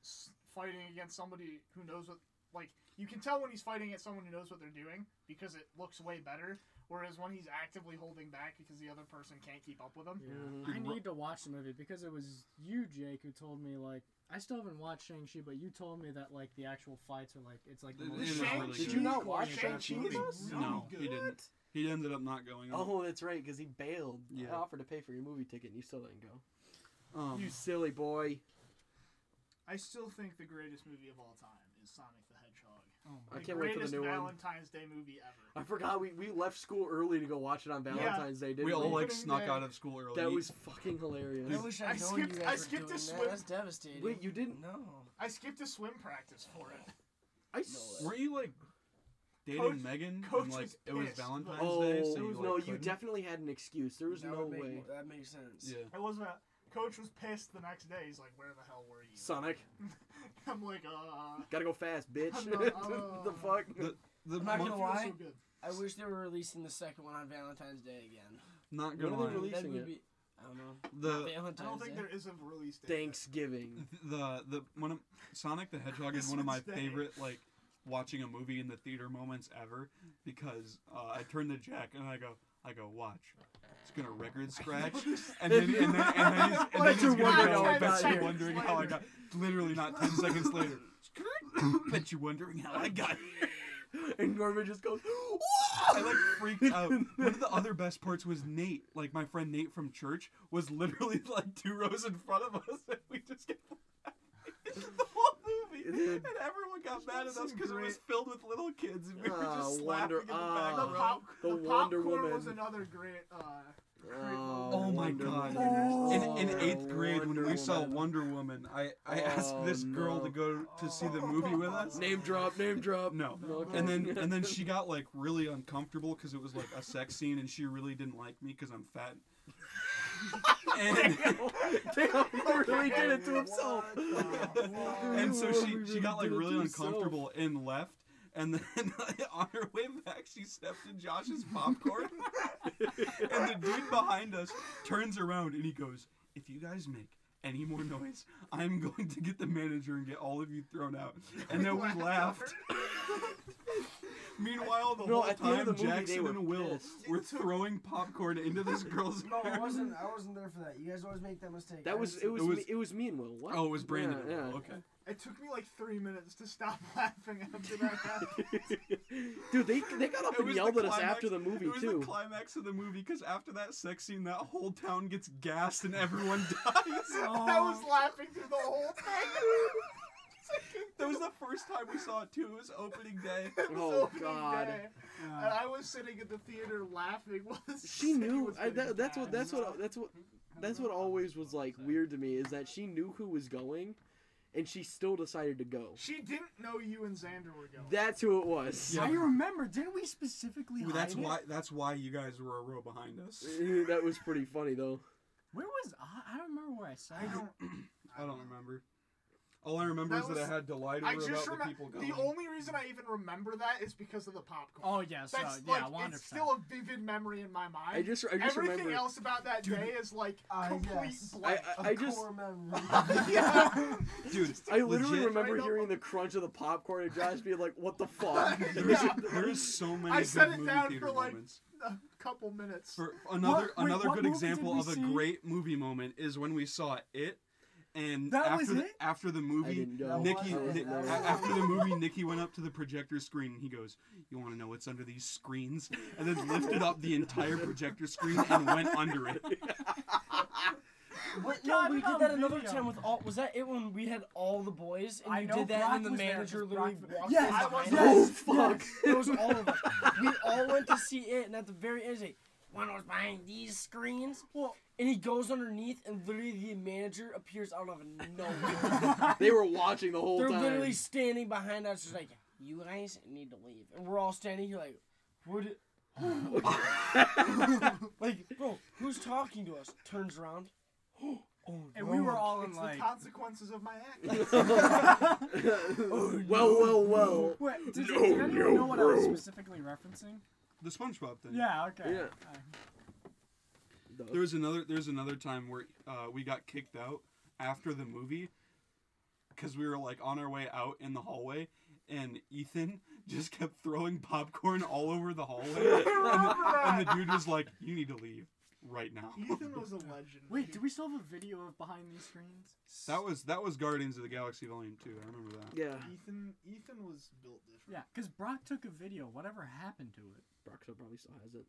S6: s- fighting against somebody who knows what. Like you can tell when he's fighting at someone who knows what they're doing because it looks way better. Whereas when he's actively holding back because the other person can't keep up with him.
S1: Mhm.
S3: Mm-hmm.
S4: I need to watch the movie because it was you, Jake, who told me like I still haven't watched Shang Chi, but you told me that like the actual fights are like it's like. the
S5: It-
S4: most
S5: it is
S4: violent
S5: really
S4: shit.
S1: Did you not watch
S6: Shang-Chi
S1: that movie?
S6: was really
S5: No, he
S6: good.
S5: didn't. He ended up not going. On.
S1: Oh, that's right, because he bailed.
S5: Yeah.
S1: I offered to pay for your movie ticket, and you still didn't go.
S5: um,
S1: you silly boy.
S6: I still think the greatest movie of all time is Sonic the Hedgehog.
S4: Oh
S1: I
S4: my.
S1: can't wait for the
S6: greatest
S1: new one.
S6: Valentine's Day movie ever.
S1: I forgot we, we left school early to go watch it on
S6: Yeah.
S1: Valentine's Day, didn't we?
S5: We all like
S6: Opening
S5: snuck
S6: day.
S5: out of school early.
S1: that was fucking hilarious.
S3: I wish I,
S6: I
S3: known
S6: skipped-
S3: you
S6: I
S3: guys were
S6: skipped a
S3: doing
S6: swim-
S3: that. That's devastating.
S1: Wait, you didn't?
S3: no.
S6: I skipped a swim practice for it.
S1: I s-
S5: Were you like dating
S6: Coach-
S5: Megan
S6: Coach
S5: and like
S6: was
S5: it was
S6: pissed.
S5: Valentine's
S1: Oh
S5: Day? So you, like,
S1: no! You
S5: couldn't?
S1: definitely had an excuse. There was
S3: That
S1: no
S3: would make
S1: way.
S3: more- that makes sense.
S5: Yeah.
S6: It wasn't. A, coach was pissed the next day. He's like, "Where the hell were you?"
S1: Sonic,
S6: I'm like, "Uh."
S1: gotta go fast, bitch.
S6: I'm not- uh,
S1: the fuck.
S5: The- The
S3: I'm not
S5: month-
S3: gonna
S6: feels
S3: lie.
S6: So good.
S3: I wish they were releasing the second one on Valentine's Day again.
S5: not
S1: When
S5: gonna
S1: are they
S5: lie.
S1: releasing
S3: that would
S1: it?
S3: be. I don't know.
S5: The-
S3: Valentine's
S6: I don't think
S3: Day.
S6: there is a release date.
S1: Thanksgiving.
S5: the the one of Sonic the Hedgehog is
S6: This
S5: one of my
S6: one's dead.
S5: favorite like watching a movie in the theater moments ever because uh, I turn to Jack and I go I go watch it's gonna record scratch and then and then and then he's, and
S1: But
S5: then he's
S1: you're
S5: gonna
S1: wondering
S5: go
S1: how I
S5: I
S1: got
S5: bet
S1: here."
S5: you wondering how I got literally not ten seconds later bet you wondering how I got here
S1: and Norman just goes,
S5: I like freaked out. One of the other best parts was Nate, like my friend Nate from church, was literally like two rows in front of us, and we just kept laughing the whole movie,
S1: Dude.
S5: and everyone got mad at us because it was
S6: great-
S5: filled with little kids, and we were
S1: Ah,
S5: just
S1: wonder-
S5: laughing in the back
S1: ah.
S6: The,
S1: Uh,
S5: row.
S6: pop,
S1: the
S6: the,
S1: Wonder
S6: popcorn
S1: Woman.
S6: was another great. Uh, great
S1: Oh,
S6: moment.
S5: Oh my
S1: Wonder
S5: god!
S1: Woman.
S5: In, in
S1: Oh,
S5: eighth grade, when we
S1: Wonder
S5: saw
S1: Woman.
S5: Wonder Woman, I, I
S1: Oh,
S5: asked this girl
S1: no.
S5: to go to see the movie with us.
S1: "Name drop, name drop."
S5: No.
S1: Okay.
S5: and then and then she got like really uncomfortable because it was like a sex scene and she really didn't like me because I'm fat. and,
S1: Damn, he really did it to himself.
S5: and so she
S1: Really
S5: she got like
S1: did it
S5: really
S1: to herself.
S5: uncomfortable and left. And then on her way back, she stepped in Josh's popcorn. and the dude behind us turns around and he goes, If you guys make any more noise, I'm going to get the manager and get all of you thrown out. And then we laughed. Meanwhile, the
S1: No,
S5: whole
S1: at the end
S5: time
S1: of the movie, they
S5: Jackson
S1: were
S5: and Will
S1: pissed.
S5: were throwing popcorn into this girl's.
S3: No, I
S5: hair.
S3: wasn't. I wasn't there for that. You guys always make that mistake. I
S1: That was
S3: just-
S1: it. Was
S5: It
S1: it
S5: was-
S1: was, me, it was me and Will. What?
S5: Oh, it was Brandon. and
S1: Yeah,
S5: Will,
S1: yeah.
S5: Okay.
S6: It took me like three minutes to stop laughing after that happened.
S1: Dude, they they got up
S5: It
S1: and
S5: was
S1: yelled
S5: the
S1: at us
S5: climax-
S1: after the movie
S5: It was
S1: too.
S5: the climax of the movie because after that sex scene, that whole town gets gassed and everyone dies.
S6: I was laughing through the whole thing.
S5: that was the first time we saw it too. It was opening day.
S6: It was
S1: Oh,
S6: opening
S1: God.
S6: day, and I was sitting at the theater laughing. While the
S1: she
S6: city
S1: knew.
S6: was
S1: I,
S6: getting
S1: that, that's what.
S6: bad.
S1: That's what. That's what. That's what always was like weird to me is that she knew who was going, and she still decided to go.
S6: She didn't know you and Xander were going.
S1: That's who it was.
S5: Yeah.
S4: I remember. Didn't we specifically?
S5: Well, that's
S4: hide it?
S5: why. That's why you guys were a row behind us.
S1: that was pretty funny though.
S4: Where was I? I don't remember where I saw
S6: I
S4: it.
S6: don't.
S5: I don't remember. All I remember
S6: That
S5: is
S6: was-
S5: that I had to lie to her
S6: I
S5: about
S6: just
S5: the
S6: remember.
S5: people going.
S6: The only reason I even remember that is because of the popcorn.
S4: Oh yeah, so
S6: That's
S4: yeah,
S6: like
S4: Wander
S6: it's still a vivid memory in my mind.
S1: I just. I just
S6: Everything
S1: remember.
S6: else about that
S5: Dude.
S6: day is like
S3: Ah,
S6: complete
S3: yes.
S1: I.
S6: blank.
S1: I, I just.
S6: yeah.
S5: Dude,
S1: I literally
S5: legit,
S1: remember
S6: Right up-
S1: hearing the crunch of the popcorn and Josh being like, "What the fuck?"
S5: There is,
S6: Yeah.
S5: there is so many
S6: I
S5: good
S6: set it
S5: movie
S6: down
S5: theater
S6: for, like,
S5: moments.
S6: a couple minutes.
S5: For another
S4: What- wait,
S5: another
S4: what
S5: good
S4: movie did
S5: example
S4: we
S5: of a
S4: see?
S5: great movie moment is when we saw it, and
S4: That was
S5: after the,
S4: it?
S5: after the
S1: I
S5: movie,
S1: didn't know.
S5: Nikki
S1: I was
S5: Ni-
S1: there.
S5: a- after the movie, Nikki went up to the projector screen and he goes, "You want to know what's under these screens?" And then lifted up the entire projector screen and went under it.
S3: What, no,
S4: got
S3: we
S4: it
S3: did
S4: on
S3: that another
S4: video.
S3: time with all. Was that it when we had all the boys and
S4: I
S3: you
S4: know
S3: did that
S4: Brock
S3: and the
S4: was there,
S3: manager
S4: 'cause
S3: literally
S4: Brock-
S3: walked
S4: Yes,
S3: behind
S6: I was
S3: us?
S6: there.
S1: oh fuck!
S3: It was all of us. We all went to see it, and at the very end, he's like, one was behind these screens.
S4: Well-
S3: and he goes underneath, and literally the manager appears out of nowhere.
S1: they were watching the whole
S3: They're
S1: time.
S3: literally standing behind us, just like, you guys need to leave. And we're all standing here, like, what?
S1: Oh,
S3: i- like, bro, who's talking to us? Turns around. Oh,
S4: And we were
S3: no.
S4: all in
S6: it's
S4: like.
S6: the consequences of my actions.
S1: well, well, well.
S4: Wait, did,
S1: No,
S4: did anyone
S1: no,
S4: know what I was
S1: bro.
S4: specifically referencing?
S5: The SpongeBob thing.
S4: Yeah. Okay.
S1: Yeah.
S4: Uh,
S5: There was another. There's another time where uh, we got kicked out after the movie because we were like on our way out in the hallway, and Ethan just kept throwing popcorn all over the hallway, and, the, and the dude was like, "You need to leave right now."
S6: Ethan was a legend.
S4: Wait, do we still have a video of behind these screens?
S5: That was that was Guardians of the Galaxy Volume Two. I remember that.
S1: yeah.
S6: Ethan Ethan was built
S4: Yeah,
S6: different.
S4: because Brock took a video. Whatever happened to it?
S1: Broxo probably still has it.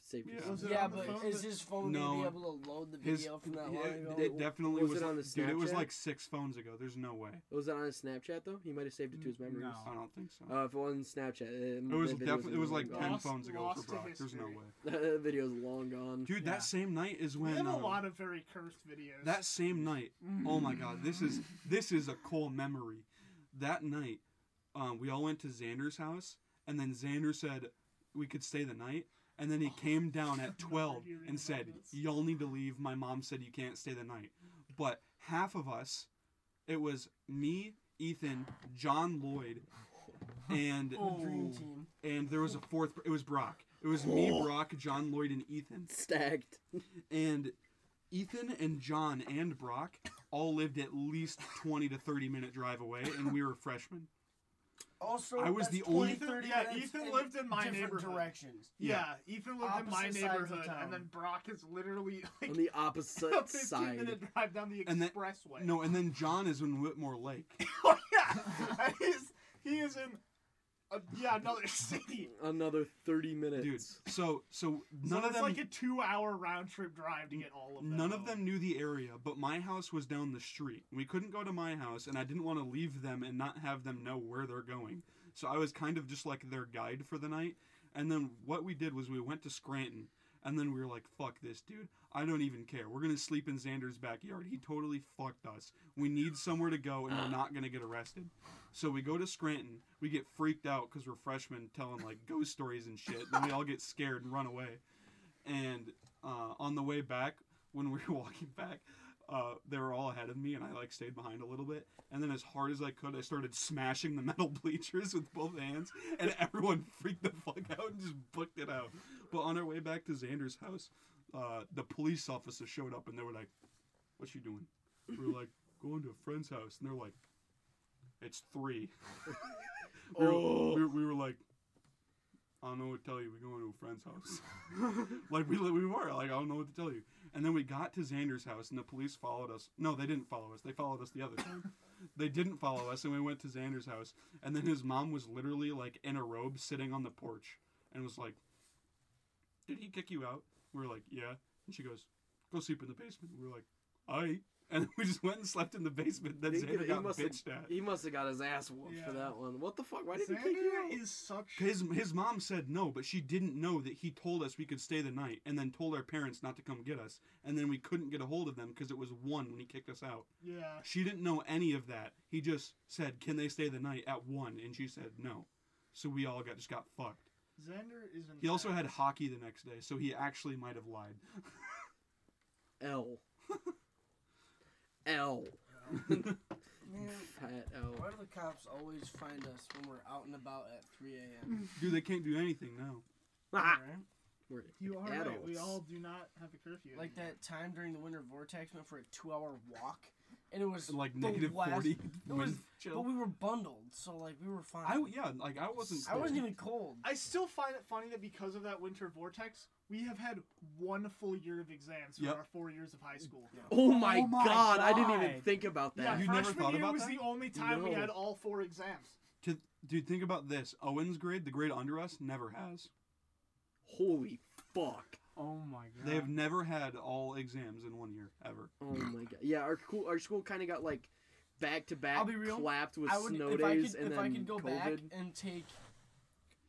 S1: Save
S5: Yeah.
S1: yourself.
S6: Was it
S3: yeah,
S6: on the
S3: but
S6: phone
S3: is
S6: that-
S3: his phone
S5: No.
S3: gonna be able to load the
S5: His-
S3: video from that
S1: yeah,
S3: long ago?
S5: It, it definitely
S1: was
S5: was.
S1: it on the
S5: dude, it was
S1: Snapchat?
S5: like six phones ago. There's no way.
S1: Was it on his Snapchat though? He might have saved it to his memories.
S6: Oh.
S5: I don't think so.
S1: Uh, if it wasn't Snapchat,
S5: it was definitely. It was like ten
S6: Lost-
S5: phones ago for
S6: lost to
S5: Brock. There's no way.
S6: history.
S1: that video's long gone.
S5: Dude,
S4: Yeah.
S5: that same night is
S6: We
S5: when.
S6: have a
S5: um,
S6: lot of very cursed videos.
S5: That same night, oh my god, this is this is a cool memory. That night, um, we all went to Xander's house, and then Xander said we could stay the night, and then he came down at twelve
S6: idea
S5: and
S6: about
S5: said,
S6: this.
S5: "Y'all need to leave." My mom said you can't stay the night, but half of us, it was me, Ethan, John Lloyd, and
S3: Dream team. Oh.
S5: and there was a fourth. It was Brock. It was me, Brock, John Lloyd, and Ethan
S1: Stacked.
S5: and Ethan and John and Brock all lived at least 20 to 30 minute drive away and we were freshmen.
S3: Also,
S5: I was
S3: that's
S5: the only-
S3: 20, 30
S6: Yeah,
S3: minutes
S6: Ethan lived in my
S3: different
S6: neighborhood.
S3: directions.
S6: yeah, Ethan lived in
S3: Opposite
S6: my
S3: sides of
S6: neighborhood,
S3: town.
S6: and then Brock is literally like
S1: on the
S6: a
S1: opposite
S6: 15
S1: side.
S6: minute drive down the
S5: And then-
S6: expressway.
S5: No, and then John is in Whitmore Lake.
S6: oh, yeah, And he's he is in a, yeah another city.
S1: Another thirty minutes.
S5: Dude, so so none
S6: so
S5: of
S6: that's
S5: them
S6: like a two-hour round trip drive to get all of them.
S5: none of
S6: home.
S5: them knew the area, but my house was down the street. We couldn't go to my house and I didn't want to leave them and not have them know where they're going. So I was kind of just like their guide for the night. And then what we did was we went to Scranton and then we were like, fuck this, dude. I don't even care. We're going to sleep in Xander's backyard. He totally fucked us. We need somewhere to go and we're not going to get arrested. So we go to Scranton. We get freaked out because we're freshmen telling like ghost stories and shit. And we all get scared and run away. And uh, on the way back, when we were walking back, uh, they were all ahead of me and I like stayed behind a little bit. And then as hard as I could, I started smashing the metal bleachers with both hands. And everyone freaked the fuck out and just booked it out. But on our way back to Xander's house, uh, the police officer showed up and they were like, "What you doing?" We were like, "Going to a friend's house," and they're like, "It's three. we, were, we, were- we were like, "I don't know what to tell you. We're going to a friend's house." like we we were like, "I don't know what to tell you." And then we got to Xander's house, and the police followed us. No, they didn't follow us. They followed us the other time. They didn't follow us, and we went to Xander's house. And then his mom was literally like in a robe, sitting on the porch, and was like, "Did he kick you out?" We were like, "Yeah." And she goes, "Go sleep in the basement." We were like, "All right." And we just went and slept in the basement. Then
S1: He could-
S5: Xander
S1: he
S5: got
S1: must've-
S5: bitched at.
S1: He must have got his ass whooped
S6: Yeah.
S1: for that one. What the fuck? Why did he kick you
S6: Xander
S1: out?
S6: is such.
S5: His his mom said no, but she didn't know that he told us we could stay the night, and then told our parents not to come get us, and then we couldn't get a hold of them because it was one when he kicked us out.
S6: Yeah.
S5: She didn't know any of that. He just said, "Can they stay the night?" at one, and she said no. So we all got just got fucked.
S6: Xander is. in
S5: He also
S6: fact-
S5: had hockey the next day, so he actually might have lied.
S1: L. L.
S3: Man,
S1: Fat L.
S3: why do the cops always find us when we're out and about at 3 a.m.?
S5: Dude, they can't do anything now.
S1: Ah,
S3: Alright?
S1: We're
S6: You are right. We
S1: adults.
S6: all do not have a curfew.
S3: Like that time during the winter vortex went for a two-hour walk, and it was
S5: Like
S3: the
S5: negative
S3: last-
S5: forty
S3: was-
S5: wind
S3: But
S5: chill.
S3: we were bundled, so like we were fine.
S5: I yeah, like I wasn't.
S3: I wasn't
S5: cold.
S3: even cold.
S6: I still find it funny that because of that winter vortex, we have had one full year of exams for
S5: Yep.
S6: our four years of high school.
S1: Oh my,
S4: Oh my
S1: god, I didn't even
S4: God.
S1: think about
S6: Yeah,
S1: that.
S5: You never
S6: freshman
S5: thought
S6: year
S5: about
S6: was
S5: that?
S6: the only time we
S1: No.
S6: had all four exams.
S5: To, dude, think about this. Owen's grade, the grade under us, never has.
S1: Holy fuck.
S4: Oh my god.
S5: They have never had all exams in one year ever.
S1: Oh my god. Yeah, our cool our school kinda got like back to back
S3: I'll be real,
S1: clapped with
S3: I would
S1: snow
S3: if I
S1: days
S3: could
S1: and
S3: if
S1: then
S3: I could go
S1: COVID.
S3: back and take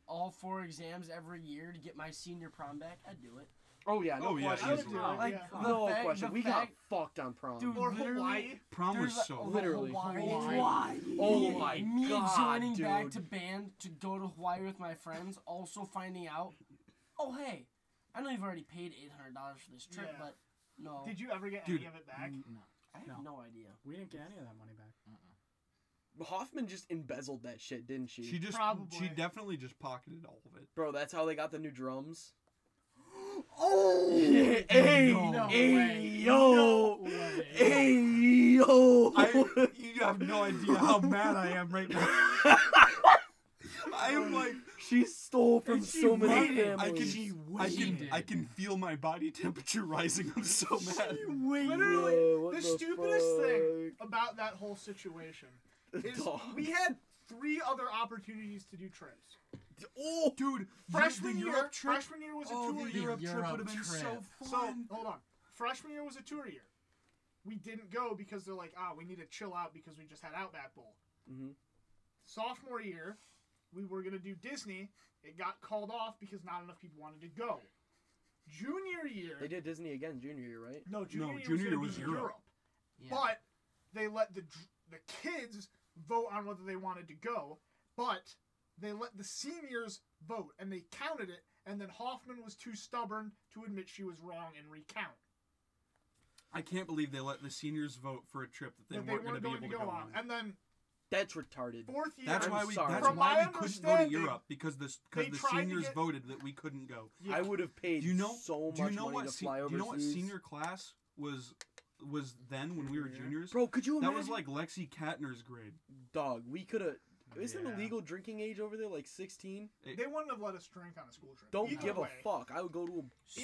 S3: all four exams every year to get my senior prom back, I'd do it.
S1: Oh yeah, no
S5: Oh, yeah,
S1: question.
S5: easily.
S6: I would do it,
S3: Like
S6: yeah.
S3: the
S1: no
S3: fact-
S1: question.
S3: the
S1: We
S3: fact,
S1: got fucked on prom.
S3: Dude,
S6: Or
S3: literally,
S6: Hawaii.
S5: Prom was
S3: there's a-
S5: so.
S3: oh,
S1: Literally.
S3: Hawaii.
S1: Oh my
S3: E, me
S1: god,
S3: joining
S1: dude.
S3: back to band to go to Hawaii with my friends, also finding out, oh hey, I know you've already paid eight hundred dollars for this trip,
S6: Yeah.
S3: but no,
S6: Did you ever get
S5: Dude,
S6: any of it back?
S4: Mm, No,
S3: I have
S4: no.
S3: no, idea.
S4: we didn't get any of that money back.
S1: Hoffman just embezzled that shit, didn't she?
S5: She just, she
S6: Probably.
S5: definitely just pocketed all of it.
S1: Bro, that's how they got the new drums.
S3: Oh,
S1: hey, hey,
S6: No way.
S1: yo,
S6: way.
S1: hey, yo.
S5: I, you have no idea how mad I am right now. I am like,
S1: she stole from
S5: And she
S1: so many
S5: waited. I
S1: families.
S5: can, I can, I can feel my body temperature rising. I'm so mad.
S6: Literally,
S1: Bro, what
S6: the,
S1: the
S6: stupidest thing about that whole situation is
S1: Dog.
S6: we had three other opportunities to do trips.
S5: Oh, dude,
S6: Freshman
S5: the
S6: year,
S5: Europe trip.
S6: freshman year was a
S5: oh,
S6: tour
S5: the
S6: year.
S5: Europe, trip
S3: Europe
S5: would have been so
S3: trip.
S6: So
S5: fun.
S6: hold on, freshman year was a tour year. We didn't go because they're like, ah, we need to chill out because we just had Outback Bowl.
S1: Mhm.
S6: Sophomore year, we were gonna do Disney. It got called off because not enough people wanted to go. Junior year,
S1: They did Disney again junior year, right?
S6: no, junior
S5: No,
S6: year
S5: junior year
S6: was,
S5: was
S6: gonna be
S5: Europe.
S3: Yeah.
S6: But they let the dr- the kids vote on whether they wanted to go, but they let the seniors vote and they counted it. And then Hoffman was too stubborn to admit she was wrong and recount.
S5: I can't believe they let the seniors vote for a trip that they
S6: that
S5: weren't
S6: they weren't
S5: going
S6: going
S5: to be able to go on.
S6: And then
S1: That's retarded.
S6: fourth year,
S5: That's
S1: I'm
S5: why we.
S1: sorry.
S5: That's
S6: From
S5: why
S6: my
S5: we couldn't go to
S6: understanding,
S5: Europe because the
S6: they
S5: because the
S6: tried to
S5: seniors
S6: get-
S5: voted that we couldn't go.
S6: Yeah.
S1: I would have paid
S5: Do you know?
S1: so much
S5: do you know
S1: money
S5: what?
S1: to
S5: se-
S1: fly
S5: do you know what
S1: overseas.
S5: senior class was was then when we were juniors?
S1: Bro, could you imagine?
S5: that was like Lexi Katner's grade.
S1: dog. We could have. Isn't
S4: Yeah.
S1: the legal drinking age over there like 16?
S6: they wouldn't have let us drink on a school trip.
S1: Don't
S6: Either
S1: give
S6: way,
S1: a fuck. I would go to a
S6: Either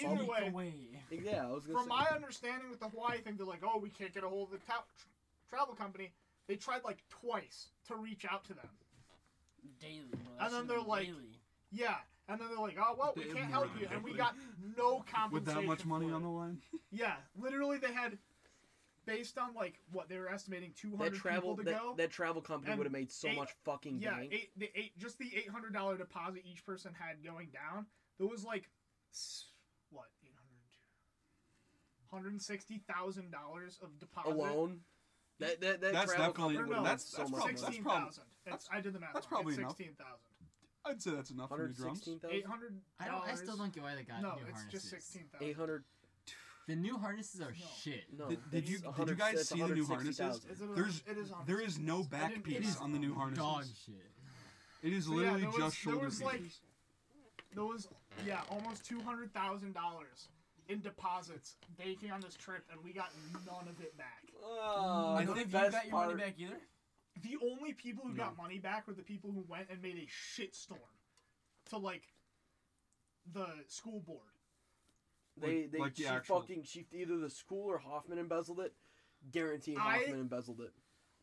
S1: pub.
S3: Sneak
S6: way-
S3: away.
S1: Yeah, I was gonna
S6: From
S1: say.
S6: my understanding with the Hawaii thing, they're like, oh, we can't get a hold of the ta- tr- travel company. They tried like twice to reach out to them.
S3: Daily. Bro.
S6: And then they're like-
S3: Daily.
S6: Yeah, and then they're like, "Oh well, we
S5: They
S6: can't
S5: ignored
S6: help
S5: them
S6: you," and we
S5: completely.
S6: got no compensation.
S5: With that much money
S6: for
S5: on the
S6: it.
S5: line,
S6: Yeah, literally, they had based on like what they were estimating two
S1: that
S6: hundred
S1: travel
S6: people to
S1: that,
S6: go.
S1: that travel company
S6: and
S1: would have made so
S6: eight-
S1: much fucking
S6: yeah,
S1: bank.
S6: eight, the eight, just the eight hundred dollar deposit each person had going down. There was like s- what eight hundred. Hundred sixty thousand dollars of deposit
S1: alone. That that that
S5: That's
S1: travel
S5: definitely-
S1: company
S6: Or
S1: would
S6: no,
S1: have made
S5: that's-
S1: so
S5: that's
S1: much
S5: probably-
S1: money.
S6: sixteen thousand.
S5: that's-
S6: I did the math.
S5: that's
S6: wrong.
S5: probably
S6: it's
S5: enough.
S6: sixteen thousand.
S5: I'd say that's enough for new drums.
S1: 116,000?
S6: Eight hundred.
S7: I don't. I still don't get why they got
S6: No,
S7: new
S6: it's
S7: harnesses.
S6: just sixteen thousand.
S1: 800
S7: The new harnesses are
S6: No.
S7: shit.
S1: no.
S5: Did- did
S1: it's
S5: you- did you
S1: 100
S5: guys
S1: it's
S5: see the new
S1: 160,000.
S5: harnesses?
S6: Is it a-
S5: There's-
S6: it is on
S5: There is no
S6: sixteen. I
S5: back
S6: didn't-
S7: It
S5: piece
S7: is
S5: on the new harnesses.
S7: Dog shit.
S5: It is
S6: So, yeah,
S5: literally
S6: there was-
S5: just
S6: there
S5: shoulder
S6: was, like,
S5: pieces.
S6: There was yeah, almost two hundred thousand dollars in deposits banking on this trip, and we got none of it back.
S1: Oh,
S3: I
S1: the
S3: don't know if you
S1: best
S3: got your
S1: part-
S3: money back either.
S6: The only people who got money back were the people who went and made a shit storm to like the school board.
S1: They
S5: Like-
S1: they
S5: like the
S1: she
S5: actual-
S1: fucking she either the school or Hoffman embezzled it. Guaranteeing
S6: I-
S1: Hoffman embezzled it.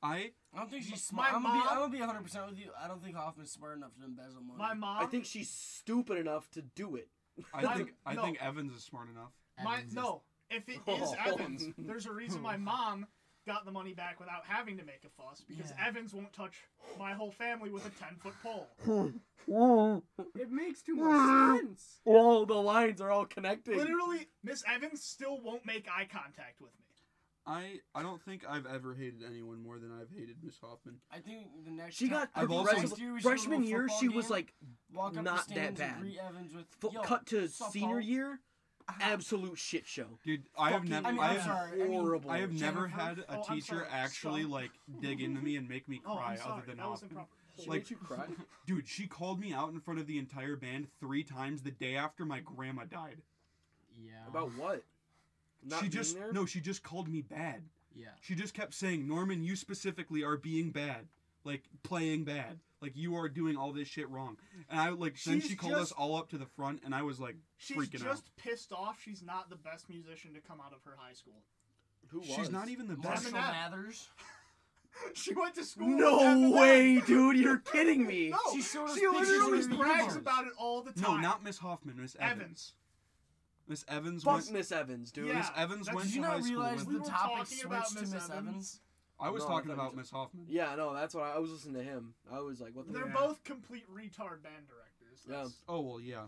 S5: I
S3: I don't think she's
S6: my
S3: smart. I'm gonna, be,
S6: mom-
S3: I'm gonna be 100 percent with you. I don't think Hoffman's smart enough to embezzle money.
S6: My mom,
S1: I think she's stupid enough to do it.
S5: I
S6: My-
S5: think I
S6: no.
S5: think Evans is smart enough.
S6: my
S7: Evans is-
S6: no, if it is
S1: Oh.
S6: Evans, there's a reason my mom got the money back without having to make a fuss because
S3: Yeah.
S6: Evans won't touch my whole family with a ten foot pole.
S4: It makes too much sense.
S1: Whoa, the lines are all connected.
S6: Literally, Miss Evans still won't make eye contact with me.
S5: I I don't think I've ever hated anyone more than I've hated Miss Hoffman.
S3: I think the next
S1: She
S3: ti-
S1: got
S5: I've also-
S1: progressively.
S3: Next year we should go to a
S1: freshman year,
S3: football
S1: she was
S3: game,
S1: like
S3: walk up
S1: not
S3: the
S1: that
S3: stands and
S1: bad.
S3: Ree Evans with
S1: fu-
S3: Yo,
S1: cut to
S3: sup,
S1: senior
S3: Paul?"
S1: year, absolute shit show.
S5: Dude, I have
S1: Fucking-
S5: never
S3: I mean,
S5: I
S3: I'm
S5: have,
S3: sorry. I mean,
S1: horrible.
S5: I have never had
S6: Jennifer?
S5: a
S6: Oh, I'm
S5: teacher
S6: sorry.
S5: actually
S6: Stop.
S5: like dig into me and make me
S6: Oh,
S5: cry
S6: I'm sorry.
S5: other than
S6: that wasn't
S5: Hoffman.
S6: proper.
S1: She
S5: Like-
S1: made you cry.
S5: Dude, she called me out in front of the entire band three times the day after my grandma died.
S7: Yeah.
S1: About what? Not
S5: she
S1: being
S5: just
S1: there?
S5: no, she just called me bad.
S7: Yeah.
S5: She just kept saying, Norman, you specifically are being bad. Like playing bad. Like you are doing all this shit wrong. And I like then
S6: She's
S5: she called us
S6: just-
S5: all up to the front and I was like
S6: She's
S5: freaking
S6: just
S5: out.
S6: pissed off. She's not the best musician to come out of her high school.
S1: Who was?
S5: She's not even the best.
S3: Marshall
S6: Eminem.
S3: Mathers.
S6: she went to school. with
S1: No
S6: Eminem.
S1: way, dude! You're kidding me.
S6: No,
S3: She
S6: she,
S3: showed us pictures
S6: literally
S3: of her
S6: brags
S3: universe.
S6: about it all the
S5: No,
S6: time.
S5: not Miss Hoffman, Miss Evans.
S6: Evans.
S5: Miss Evans
S1: Fuck
S5: was
S1: Miss Evans, dude.
S6: Yeah.
S5: Miss Evans
S6: That's-
S5: went
S3: Did
S5: to
S3: you
S5: high
S3: not
S5: school
S3: realize
S5: with
S6: We
S3: the
S6: were
S3: topic
S6: talking
S3: switched
S6: about
S3: to
S6: Miss
S3: Miss
S6: Evans.
S3: Evans?
S5: I was
S1: No, I thought
S5: talking
S1: you
S5: about
S1: just-
S5: Miss Hoffman.
S1: Yeah, no, that's what I, I was listening to him. I was like, what the?
S6: They're
S1: fuck?
S5: Yeah.
S6: both complete retard band directors. That's-
S5: Oh well, yeah.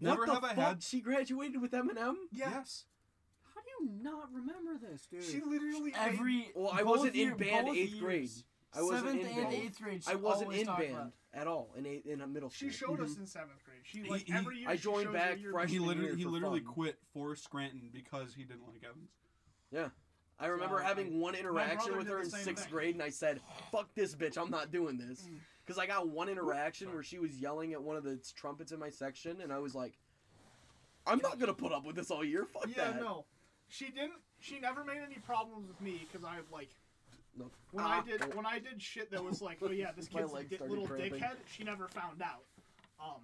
S5: Never
S1: What the
S5: have I
S1: fuck?
S5: had-
S1: She graduated with Eminem.
S6: Yeah.
S5: Yes.
S4: How do you not remember this, dude?
S6: She literally. made-
S3: Every
S1: Well, I
S3: both
S1: wasn't in
S3: year-
S1: band
S3: both
S1: eighth
S3: years.
S1: grade. I wasn't
S3: Seventh
S1: in
S3: and
S1: band.
S3: eighth grade.
S1: I
S3: she
S1: wasn't
S3: always
S1: in
S3: talked
S1: band
S3: about.
S1: at all in eight, in middle school.
S6: she showed us in seventh grade. She like
S5: He- he-
S6: every year.
S1: I
S6: she
S1: joined
S6: shows
S1: back
S6: her year
S5: He
S1: freshman
S6: book.
S5: literally
S1: year
S5: he
S1: for
S5: literally
S1: fun.
S5: quit for Scranton because he didn't like Evans.
S1: I remember
S3: Yeah,
S1: having one
S6: brother
S1: interaction with
S6: did
S1: her
S6: the
S1: in
S6: same
S1: sixth
S6: thing. Mm.
S1: grade, and I said, "Fuck this bitch! I'm not doing this." Because I got one interaction where she was yelling at one of the trumpets in my section, and I was like, "I'm not gonna put up with this all year. Fuck
S6: Yeah,
S1: that."
S6: no. She didn't. She never made any problems with me because I like
S1: No.
S6: when
S1: Ah,
S6: I did when I did shit that was like, oh yeah, this
S1: My
S6: kid's a
S1: leg
S6: di-
S1: started
S6: little
S1: cramping.
S6: dickhead. She never found out. Um,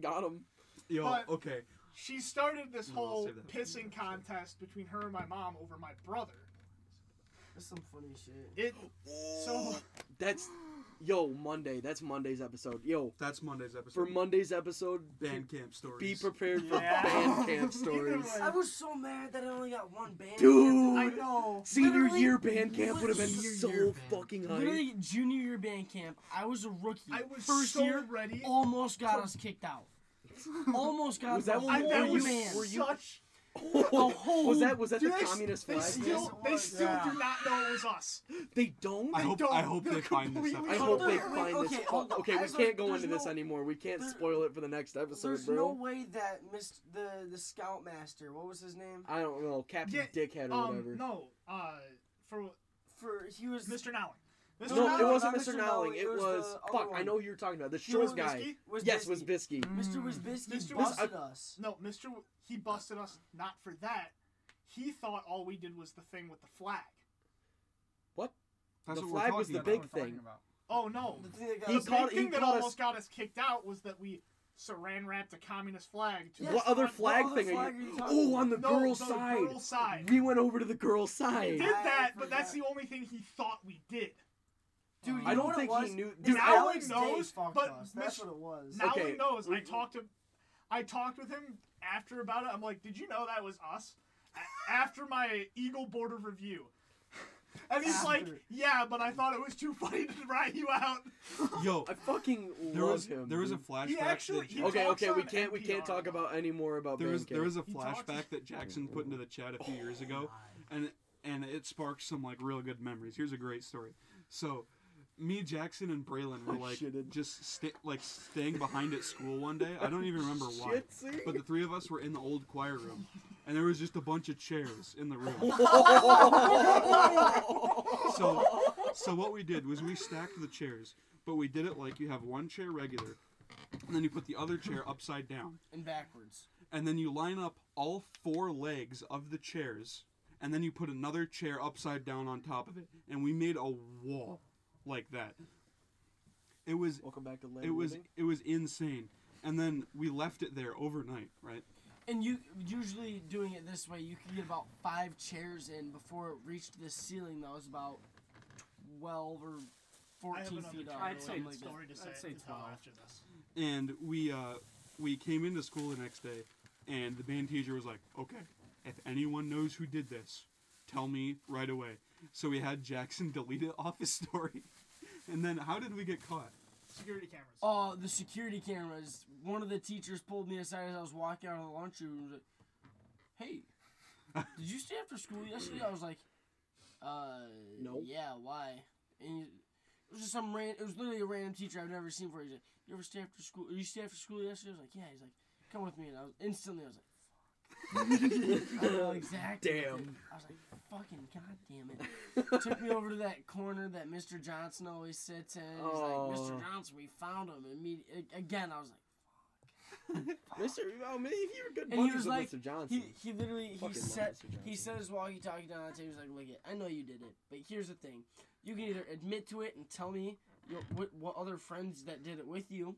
S1: got him.
S5: Yo,
S6: But-
S5: okay.
S6: she started this
S5: No, I'll
S6: whole
S5: save that.
S6: pissing contest between her and my mom over my brother.
S3: That's some funny shit.
S6: It so
S1: That's Yo, Monday. That's Monday's episode. Yo,
S5: That's Monday's
S1: for
S5: episode.
S1: Monday's episode,
S5: Bandcamp
S1: be
S5: stories.
S1: prepared for
S4: Yeah.
S1: band camp
S6: Either
S1: stories.
S6: way.
S3: I was so mad that I only got one band.
S1: Dude.
S6: I know.
S1: Senior
S3: Literally,
S1: year band camp would have been
S7: senior
S1: so
S7: year band.
S1: fucking hype.
S3: Literally junior year band camp, I was a rookie.
S6: I was
S3: first
S6: so
S3: year Oh,
S6: ready.
S3: almost got us kicked out. Almost got
S1: Was
S3: us
S1: that
S3: a
S1: when
S6: I,
S1: you-
S3: whole
S6: that
S1: were
S6: was
S3: man.
S1: were you-
S6: such.
S1: was that was that
S6: Do
S1: the
S6: they s-
S1: communist
S6: they
S1: flag?
S6: still,
S1: Yes.
S6: they still
S2: Yeah.
S6: do not know it was us.
S1: They don't.
S5: I
S6: They
S5: hope
S6: don't.
S5: I hope they
S6: They're
S5: find this.
S6: completely
S1: I
S5: episode.
S1: hope
S3: Wait,
S1: they
S3: wait,
S1: find this.
S3: okay,
S1: Fu-
S3: hold on.
S1: okay, we
S3: There's
S1: can't go
S3: there's
S1: into this
S3: no-
S1: anymore. We can't
S3: there-
S1: spoil it for the next episode,
S3: There's
S1: bro.
S3: no way that Mr. the the scoutmaster, what was his name?
S1: I don't know, Captain
S6: Yeah,
S1: Dickhead or
S6: Um,
S1: whatever.
S6: no. Uh, for
S3: For he was
S6: Mr. Nowling. Mr.
S1: No,
S3: No,
S1: it
S3: no,
S1: wasn't
S3: not
S1: Mr.
S3: Mr.
S1: Nowling.
S3: Nowling,
S1: It
S3: it was
S1: was
S3: the
S1: fuck.
S3: other
S1: I
S3: one.
S1: know who you're talking about. The
S6: You know
S1: short guy.
S6: Whiskey?
S3: was
S1: yes,
S3: Bisky.
S1: was Bisky.
S3: Mr.
S2: Mm.
S3: Wisbisky
S6: Mr. Wis-
S3: busted us.
S6: No, Mr. W- He busted us not for that. He thought all we did was the thing with the flag.
S5: That's
S1: The
S5: what we're
S1: flag was
S5: talking
S1: the
S5: about.
S1: big
S5: We're talking
S1: thing.
S5: about.
S6: Oh no.
S3: The thing that got
S1: He
S6: The
S3: us-
S6: big
S1: caught- he
S6: thing that
S1: caught us-
S6: almost got us kicked out was that we saran wrapped a communist flag to
S3: Yes,
S1: what other
S6: front-
S1: flag
S3: other
S1: thing are
S3: flag
S1: you?
S3: are you talking
S1: oh,
S3: about?
S1: on the
S6: No,
S1: girl's
S6: the
S1: side.
S6: girl's side.
S1: We went over to the girl's
S6: He
S1: side.
S6: did
S3: I
S6: that, but that's the
S3: forgot.
S6: only thing he thought we did.
S3: Dude, you
S1: I
S3: know
S1: don't
S3: what it
S1: think
S3: was?
S1: he knew.
S3: It's
S1: Dude,
S6: now
S1: I,
S6: we
S3: Alex
S6: know,
S3: Day fucked
S6: but
S3: us. That's
S6: Mr.
S3: what it was.
S6: Now
S1: Okay,
S6: he knows. I
S1: we-
S6: talked to, I talked with him after about it. I'm like, did you know that was us? A- after my Eagle Board of Review. And he's like,
S3: After.
S6: yeah, but I thought it was too funny to write you out.
S5: Yo,
S1: I fucking
S5: there
S1: love
S5: was
S1: him.
S5: there was a
S1: dude.
S5: flashback.
S6: He actually-
S5: that
S6: he
S5: Jack-
S1: Okay,
S6: talks
S1: okay, we
S6: on
S1: can't we can't
S6: NPR.
S1: talk about any more about
S5: there was
S1: Bandcamp.
S5: there was a
S6: He talks-
S5: flashback that Jackson put into the chat a few years ago, and and it sparked some like real good memories. Here's a great story. So, me, Jackson, and Braylon were
S1: I
S5: like
S1: shitted.
S5: just sta- like staying behind at school one day. I don't even remember why,
S1: Shit, see?
S5: but the three of us were in the old choir room, and there was just a bunch of chairs in the room. So, so what we did was we stacked the chairs, but we did it like you have one chair regular, and then you put the other chair upside down.
S3: and backwards.
S5: and then you line up all four legs of the chairs, and then you put another chair upside down on top of it, and we made a wall like that. It was
S1: Welcome back to Leg
S5: it was
S1: Living.
S5: it was insane. And then we left it there overnight, right?
S3: And you usually doing it this way, you could get about five chairs in before it reached the ceiling that was about twelve or
S6: I have
S3: fourteen
S6: another
S3: feet up. or
S4: I'd say
S6: really good
S3: something like that.
S6: story to say
S4: I'd say
S6: to tell
S4: 12.
S6: after this.
S5: And we uh, we came into school the next day, and the band teacher was like, "Okay, if anyone knows who did this, tell me right away." So we had Jackson delete it off his story. And then how did we get caught?
S6: Security cameras.
S3: Oh, the security cameras. One of the teachers pulled me aside as I was walking out of the lunchroom and was like, Hey, did you stay after school yesterday? I was like, Uh,
S1: No.
S3: Yeah, why? And he, it was just some ran. It was literally a random teacher I've never seen before. He's like, You ever stay after school? You stay after school yesterday? I was like, Yeah. He's like, Come with me. And I was instantly, I was like, I know exactly. what
S1: Damn.
S3: to- I was like, fucking goddamn it. Took me over to that corner that Mr. Johnson always sits in. He's like,
S1: Oh.
S3: Mr. Johnson, we found him. And me, a- again, I was like,
S1: Mr. Oh man, if you were good
S3: And he
S1: buddies
S3: was
S1: with
S3: like-
S1: Mr. Johnson.
S3: he, he literally, he
S1: Fucking love
S3: said,
S1: Mr.
S3: he
S1: Johnson.
S3: said his walkie-talkie down on the table. He's like, look it, I know you did it, but here's the thing. You can either admit to it and tell me your, what, what other friends that did it with you,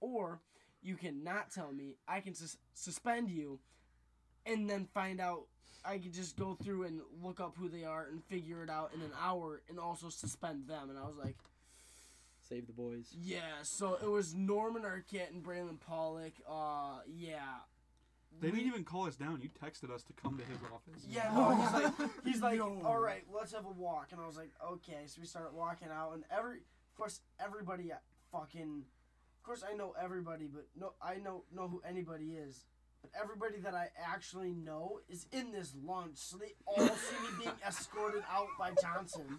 S3: or you can not tell me. I can sus- suspend you and then find out. I could just go through and look up who they are and figure it out in an hour and also suspend them. And I was like,
S1: Save the boys.
S3: Yeah, so it was Norman Arquette and Braylon Pollock. Uh, yeah.
S5: They didn't
S3: We-
S5: even call us down. You texted us to come to his office.
S3: Yeah, no, he's like, he's like, all right, let's have a walk, and I was like, okay. So we started walking out, and every, of course, everybody at fucking, of course, I know everybody, but no, I know know who anybody is, but everybody that I actually know is in this lunch, so they all see me being escorted out by Johnson,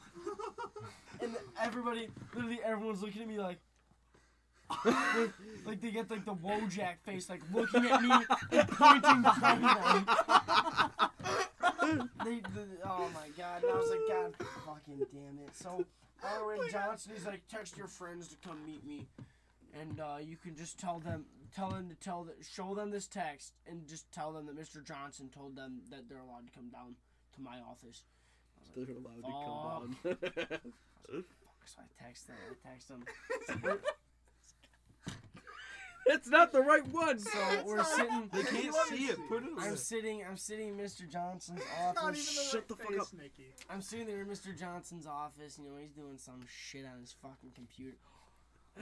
S3: and everybody, literally, everyone's looking at me like. like, like they get like the Wojak face, like looking at me and pointing behind them. They, the- oh my god! And I was like, God, fucking damn it! So, Elroy Johnson, he's like, text your friends to come meet me, and uh, you can just tell them, tell them to tell that, show them this text, and just tell them that Mr. Johnson told them that they're allowed to come down to my office.
S1: They're allowed to come down.
S3: So I text them, I text them.
S1: It's not the right one.
S3: So we're sitting.
S5: They can't
S6: Let me
S5: see it.
S6: see.
S5: Put it on.
S3: I'm
S5: the-
S3: sitting. I'm sitting in Mr. Johnson's
S6: Not even
S3: office.
S1: shut the fuck
S6: right
S1: up.
S6: face, Nikki.
S3: I'm sitting there in Mr. Johnson's office. You know, he's doing some shit on his fucking computer.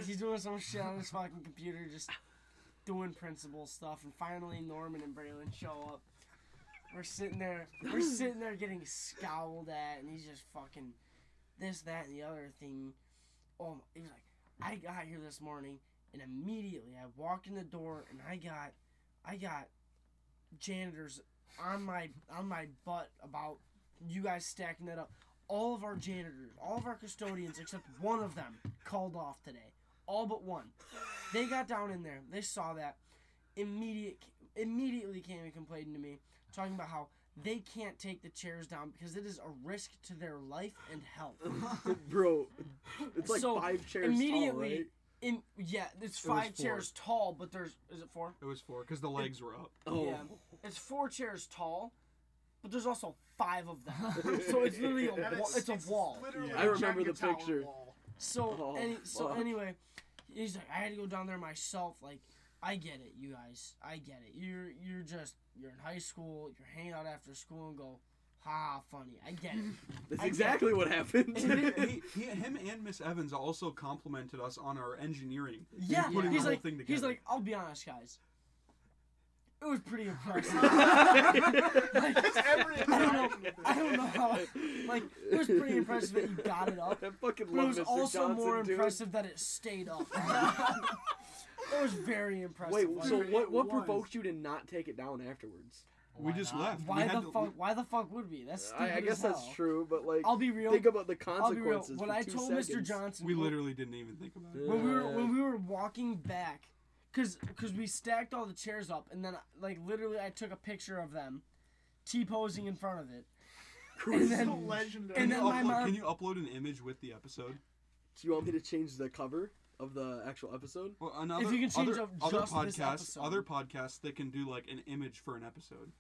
S3: He's doing some shit on his fucking computer, just doing principal stuff. And finally, Norman and Braylon show up. We're sitting there. We're sitting there getting scowled at, and he's just fucking this, that, and the other thing. Oh, he was like, I got here this morning, and immediately I walked in the door, and I got, I got janitors on my on my butt about you guys stacking that up. All of our janitors, all of our custodians, except one of them, called off today. All but one. They got down in there. They saw that. Immediate, immediately came and complained to me, talking about how they can't take the chairs down because it is a risk to their life and health.
S1: Bro, it's like
S3: So,
S1: five chairs tall,
S3: immediately,
S1: right?
S3: in yeah, it's
S5: It was
S3: five chairs tall, but there's is it four?
S5: It was four because the legs were up.
S1: Oh,
S3: Yeah, it's four chairs tall, but there's also five of them. so it's literally a
S6: And
S3: wa- it's a wall.
S6: literally
S1: I remember
S6: Jenga
S1: the
S6: tower
S1: picture.
S6: wall.
S3: So
S1: Oh,
S3: any, so
S1: fuck.
S3: anyway, he's like, I had to go down there myself. Like, I get it, you guys. I get it. You're you're just you're in high school. You're hanging out after school and go, ha, ha, funny. I get it.
S1: that's
S3: I-
S1: exactly what happened.
S5: he, he, him and Miss Evans also complimented us on our engineering.
S3: yeah.
S5: putting
S3: He's
S5: the whole
S3: like
S5: thing
S3: he's
S5: together.
S3: like, I'll be honest, guys. It was pretty impressive.
S1: I
S6: Every
S3: I don't know.
S6: interaction with
S3: I
S6: it.
S3: don't know how. Like it was pretty impressive that you got it up.
S1: I fucking
S3: But it
S1: love
S3: was
S1: Mr.
S3: also
S1: Johnson,
S3: more
S1: dude.
S3: impressive that it stayed up. it was very impressive.
S1: Wait,
S3: Like,
S1: so what, what
S4: was.
S1: provoked you to not take it down afterwards?
S5: we just left. We
S3: Why
S5: had
S3: the
S5: to-
S3: fuck? Why the fuck would we? That's stupid
S1: I, I guess
S3: as hell.
S1: that's true, but like,
S3: I'll be real.
S1: think about the
S3: I'll be real.
S1: consequences.
S3: When
S1: for
S3: I
S1: two
S3: told Mr.
S1: seconds.
S3: Johnson,
S5: We literally didn't even think about it.
S3: when we were
S1: Yeah.
S3: when we were walking back, cause cause we stacked all the chairs up, and then like literally, I took a picture of them, t posing in front of it, and
S6: It's
S3: then
S6: legendary.
S3: and
S5: Oh, Can you,
S3: then my
S5: upload,
S3: mom-
S5: can you upload an image with the episode?
S1: Do you want me to change the cover of the actual episode?
S5: Well, another,
S3: you can change
S5: other,
S3: up
S5: other
S3: just this
S5: podcasts,
S3: episode.
S5: other podcasts that can do like an image for an episode.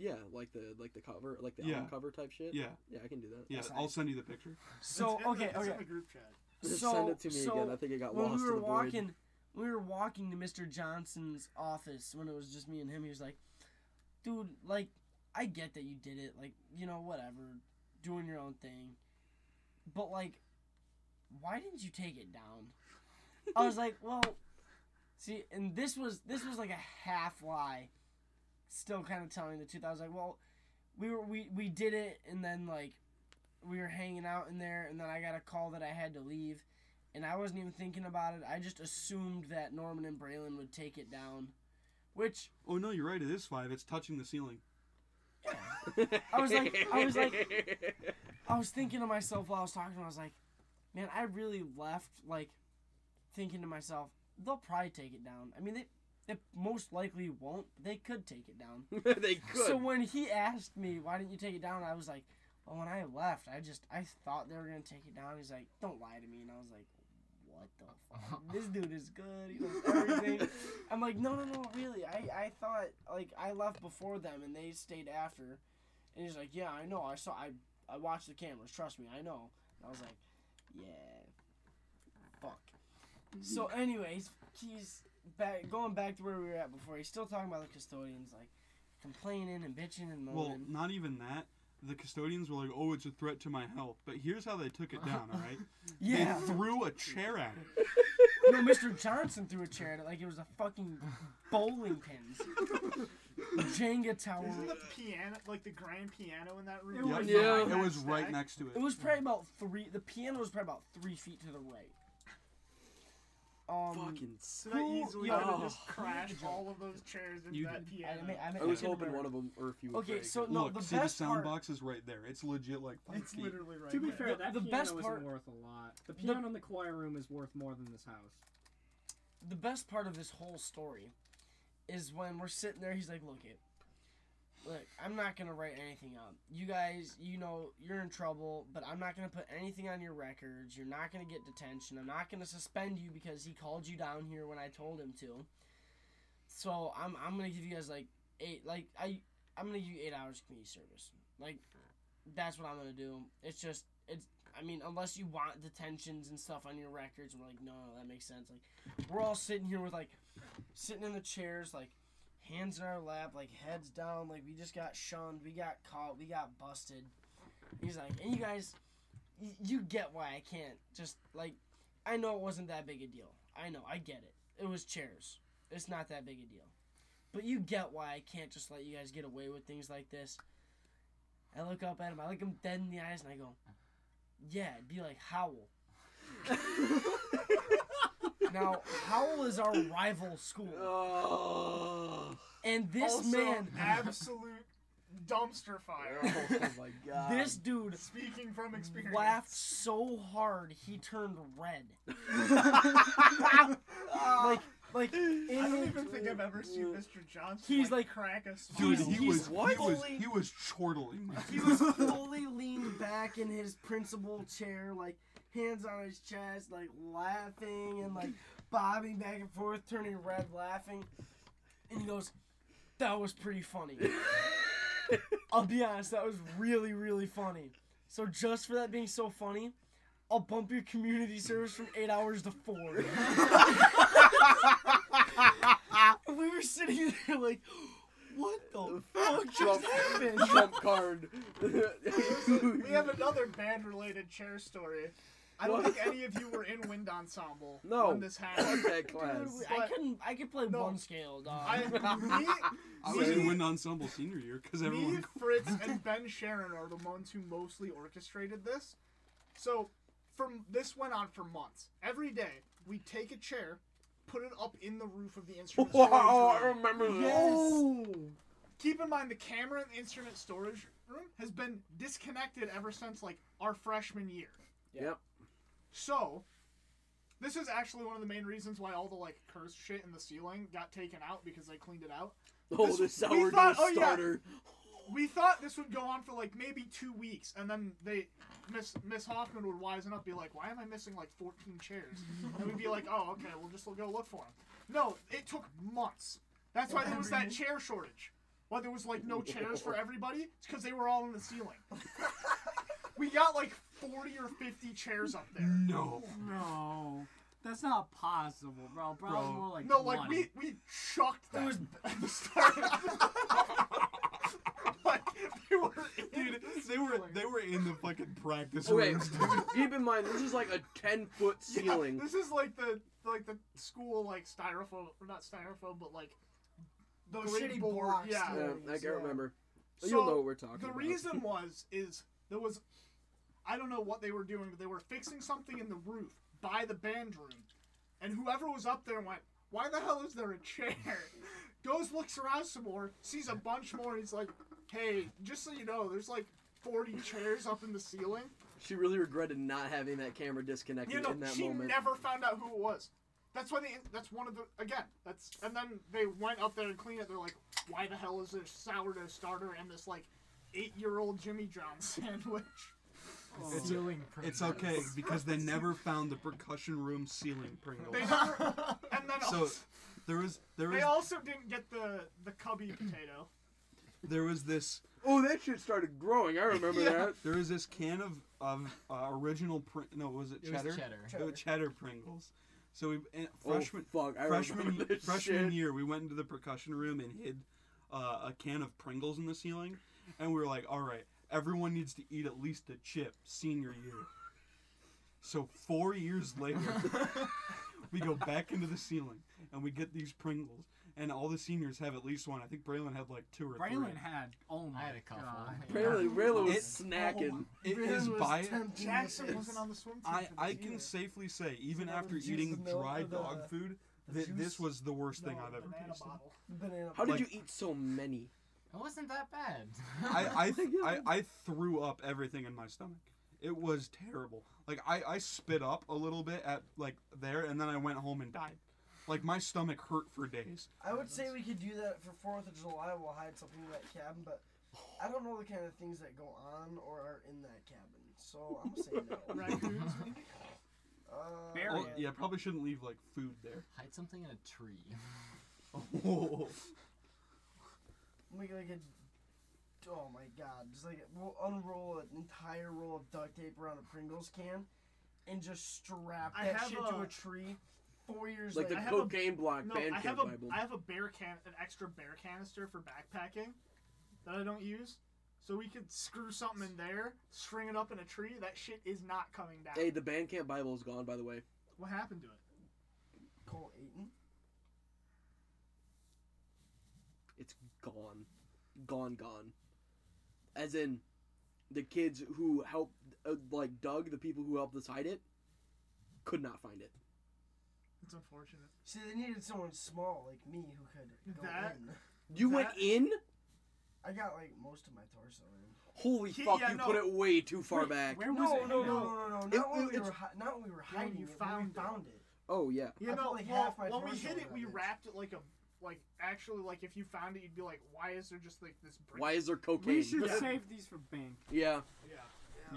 S1: Yeah, like the like the cover, like the
S5: Yeah.
S1: album cover type shit.
S5: Yeah,
S1: yeah, I can do that.
S5: yeah.
S3: Yes, I-
S5: I'll send you the picture.
S3: so
S6: It's in the-
S3: okay,
S6: it's
S3: okay.
S6: in the group chat.
S1: Just
S3: So-
S1: send it to me
S3: so
S1: again. I think it got
S3: when
S1: lost
S3: we
S1: in
S3: were
S1: the void.
S3: walking we were walking to mr johnson's office when it was just me and him he was like dude like i get that you did it like you know whatever doing your own thing but like why didn't you take it down i was like well see and this was this was like a half lie still kind of telling the truth i was like well we were we we did it and then like we were hanging out in there and then i got a call that i had to leave and I wasn't even thinking about it. I just assumed that Norman and Braylon would take it down, which
S5: Oh no, you're right. It is five. It's touching the ceiling.
S3: I was like- I was I was thinking to myself while I was talking. to him, I was like, man, I really left like thinking to myself, they'll probably take it down. I mean, they they most likely won't. but They could take it down.
S1: they could.
S3: So when he asked me why didn't you take it down, I was like, well, when I left, I just I thought they were gonna take it down. He's like, don't lie to me, and I was like, what the fuck? this dude is good. He knows everything. I'm like, no, no, no, really. I I thought like I left before them and they stayed after, and he's like, yeah, I know. I saw I I watched the cameras. Trust me, I know. And I was like, yeah, fuck. So, anyways, he's back going back to where we were at before. He's still talking about the custodians, like complaining and bitching and
S5: Well,
S3: moaning.
S5: not even that. The custodians were like, "Oh, it's a threat to my health." But here's how they took it down. All right,
S3: yeah,
S5: they threw a chair at it.
S3: no, Mr. Johnson threw a chair at it like it was a fucking bowling pins, Jenga tower.
S6: Isn't the piano like the grand piano in that room?
S5: Yep.
S6: like,
S1: Yeah.
S6: behind
S5: it
S6: that
S5: was right
S6: stack?
S5: next to
S3: It
S5: it.
S3: was probably about three. The piano was probably about three feet to the right. Um,
S1: fucking. s-
S6: So that
S3: Who-
S6: easily
S3: yo,
S6: would have
S1: oh.
S6: just crashed all of those chairs into
S5: You
S6: that
S3: I,
S6: piano.
S3: admit- I, admit-
S1: I was
S3: couldn't
S1: hoping one
S3: remember.
S1: of them, or if you.
S3: Okay, so no,
S5: Look,
S3: the
S5: see the
S3: best
S5: sound
S3: part.
S5: box is right there. It's legit like five
S6: It's
S5: feet.
S6: literally right.
S4: To be
S6: there.
S4: fair, that
S3: the
S4: piano
S3: best
S4: isn't
S3: part-
S4: worth a lot. The piano in the choir room is worth more than this house.
S3: the best part of this whole story is when we're sitting there. He's like, "Look it, look, I'm not gonna write anything up. You guys, you know, you're in trouble, but I'm not gonna put anything on your records. You're not gonna get detention. I'm not gonna suspend you because he called you down here when I told him to. So I'm I'm gonna give you guys like eight like I I'm gonna give you eight hours of community service. Like that's what I'm gonna do. It's just it's I mean, unless you want detentions and stuff on your records, and we're like, no, no, that makes sense. Like, we're all sitting here with like, sitting in the chairs, like, hands in our lap, like heads down, like we just got shunned, we got caught, we got busted. He's like, and you guys, y- you get why I can't just like, I know it wasn't that big a deal. I know, I get it. It was chairs. It's not that big a deal. But you get why I can't just let you guys get away with things like this. I look up at him. I look him dead in the eyes, and I go, "Yeah, it'd be like Howell." now Howell is our rival school,
S1: Oh,
S3: and this
S6: also,
S3: man,
S6: absolute dumpster fire.
S1: oh my god.
S3: this dude,
S6: Speaking from experience.
S3: laughed so hard he turned red.
S6: Ah.
S3: like, like
S6: I don't
S3: in-
S6: even think I've ever seen Mr. Johnson.
S3: He's like-
S6: crack a smile.
S5: Dude,
S3: He's-
S5: he was
S3: he's
S5: he was
S3: fully-
S5: he was chortling.
S3: He was fully leaned back in his principal chair, like hands on his chest, like laughing and like bobbing back and forth, turning red, laughing. And he goes, That was pretty funny. I'll be honest, that was really, really funny. So, just for that being so funny, I'll bump your community service from eight hours to four. we were sitting there like, What the fuck just
S1: Trump,
S3: happened?
S1: Trump card.
S6: we have another band related chair story. I don't
S1: What?
S6: think any of you were in wind ensemble
S1: No.
S6: when this
S1: Fuck
S6: happened.
S1: that class.
S3: Dude, I
S6: But-
S3: couldn't. I could play
S6: No.
S3: one scale, dog.
S6: I, me,
S5: I was
S6: me-
S5: in wind ensemble senior year because
S6: me,
S5: everyone.
S6: Fritz, and Ben Sharon are the ones who mostly orchestrated this. So, from this went on for months. Every day, we take a chair, put it up in the roof of the instrument storage
S1: Oh, I
S6: room.
S1: remember that.
S6: Keep in mind, the camera in the instrument storage room has been disconnected ever since like our freshman year.
S1: Yep.
S6: So, this is actually one of the main reasons why all the like cursed shit in the ceiling got taken out because they cleaned it out.
S1: Oh,
S6: This-
S1: the
S6: we
S1: sourdough
S6: thought- oh, yeah.
S1: starter.
S6: We thought this would go on for like maybe two weeks, and then they, Miss Miss Hoffman would wisen up, be like, "Why am I missing like 14 chairs?" And we'd be like, "Oh, okay, we'll just go look for them." No, it took months. That's why there was that chair shortage. Why there was like no chairs for everybody? It's because they were all in the ceiling. we got like 40 or 50 chairs up there.
S5: No.
S4: No, that's not possible, bro. Probably
S5: Bro.
S4: more like
S6: No, like
S4: 20.
S6: we we chucked them at the start. like they were,
S5: Dude, they were they were in the fucking practice
S1: Okay,
S5: rooms, dude.
S1: keep in mind this is like a ten foot
S6: Yeah,
S1: ceiling.
S6: this is like the like the school like styrofoam, or not styrofoam, but like
S3: Those
S6: grade
S3: shitty
S6: board,
S3: blocks,
S6: Yeah.
S1: yeah, I
S3: Yeah.
S1: can't remember.
S6: So
S1: You'll know what we're talking
S6: the
S1: about.
S6: reason was is there was I don't know what they were doing, but they were fixing something in the roof by the band room, and whoever was up there went, "Why the hell is there a chair?" Goes looks around some more, sees a bunch more, and he's like, "Hey, just so you know, there's like." 40 chairs up in the ceiling.
S1: she really regretted not having that camera disconnected
S6: You know,
S1: in that
S6: she
S1: moment.
S6: never found out who it was. That's why they. That's one of the. Again, that's. And then they went up there and cleaned it. They're like, why the hell is there sourdough starter and this like eight-year-old Jimmy John sandwich?
S5: It's-
S7: Ceiling
S5: It's
S7: Pringles.
S5: okay because they never found the percussion room ceiling
S6: They
S5: Pringles.
S6: never, and then
S5: So
S6: also,
S5: there was there
S6: they
S5: was
S6: also didn't get the the cubby potato.
S5: there was this
S1: Oh, that shit started growing. I remember that.
S5: there was this can of of uh, original pr- no was it
S7: It was
S5: cheddar?
S7: cheddar.
S5: It was cheddar Pringles. So we and
S1: Oh,
S5: freshman
S1: fuck, I
S5: freshman
S1: remember this
S5: freshman
S1: shit.
S5: year we went into the percussion room and hid uh, a can of Pringles in the ceiling, and we were like, all right, everyone needs to eat at least a chip senior year. So four years later, we go back into the ceiling and we get these Pringles, and all the seniors have at least one. I think Braylon had like two or
S4: Braylon
S5: three.
S4: had. Oh my
S7: I had a couple.
S4: God.
S1: Apparently, Rayla was
S5: It- Oh
S1: snacking.
S5: It is by
S6: Jackson wasn't on the swim team.
S5: I,
S6: for this
S5: I can
S6: either.
S5: safely say, even
S3: Is it
S5: after
S3: the juice,
S5: eating
S3: the milk,
S5: dry
S3: or the-
S5: dog food,
S3: the
S5: that this
S3: juice?
S5: was the worst thing
S6: No,
S5: I've ever
S6: banana
S5: tasted.
S6: bottle.
S3: Banana-
S1: How did
S5: like-
S1: you eat so many?
S7: It wasn't that bad.
S5: I I, think I I threw up everything in my stomach. It was terrible. Like I, I spit up a little bit at like there, and then I went home and died. Like my stomach hurt for days.
S3: I would say we could do that for Fourth of July. We'll hide something in that cabin, but I don't know the kind of things that go on or are in that cabin, so I'm gonna say no.
S6: Raccoons, maybe?
S3: Uh,
S4: Bear
S5: Oh,
S4: Yeah.
S5: yeah, probably shouldn't leave like food there.
S7: Hide something in a tree.
S5: Oh,
S3: Make like a oh my god, just like we'll unroll an entire roll of duct tape around a Pringles can, and just strap
S6: I
S3: that
S6: have
S3: shit to
S6: a-
S3: a tree. Four years
S1: Like the
S3: later,
S6: I have a-
S1: cocaine block
S6: No,
S1: band
S6: I
S1: camp
S6: have a I
S1: Bible.
S6: have a bear can an extra bear canister for backpacking that I don't use. So we could screw something in there, string it up in a tree. That shit is not coming down.
S1: Hey, the band camp Bible is gone, by the way.
S6: What happened to it?
S3: Cole Aiton.
S1: It's gone, gone, gone. As in, the kids who helped, uh, like Doug, the people who helped us hide it, could not find it.
S6: It's unfortunate.
S3: See, they needed someone small like me who could go
S6: That-
S3: in.
S1: You went
S6: That-
S1: in.
S3: I got like most of my torso in.
S1: Holy
S6: Yeah,
S1: fuck!
S6: yeah,
S1: you
S6: no.
S1: put it way too far
S4: Wait,
S1: back.
S4: Where was
S3: No,
S4: it?
S3: no, no,
S4: hanging?
S3: no, no, no. Not
S1: It-
S3: when we
S1: it's-
S3: were hi- not when we were
S6: When
S3: hiding
S6: you
S3: it.
S6: found it.
S3: when we found it.
S1: Oh yeah.
S6: You
S3: I
S6: know,
S3: put, like,
S6: well,
S3: half my
S6: when we
S3: torso
S6: hit it,
S3: around
S6: we
S3: it.
S6: wrapped it like a like actually like if you found it, you'd be like, why is there just like this? Brick?
S1: Why is there cocaine?
S4: We should
S6: Yeah.
S4: save these for bank.
S1: yeah.
S6: Yeah.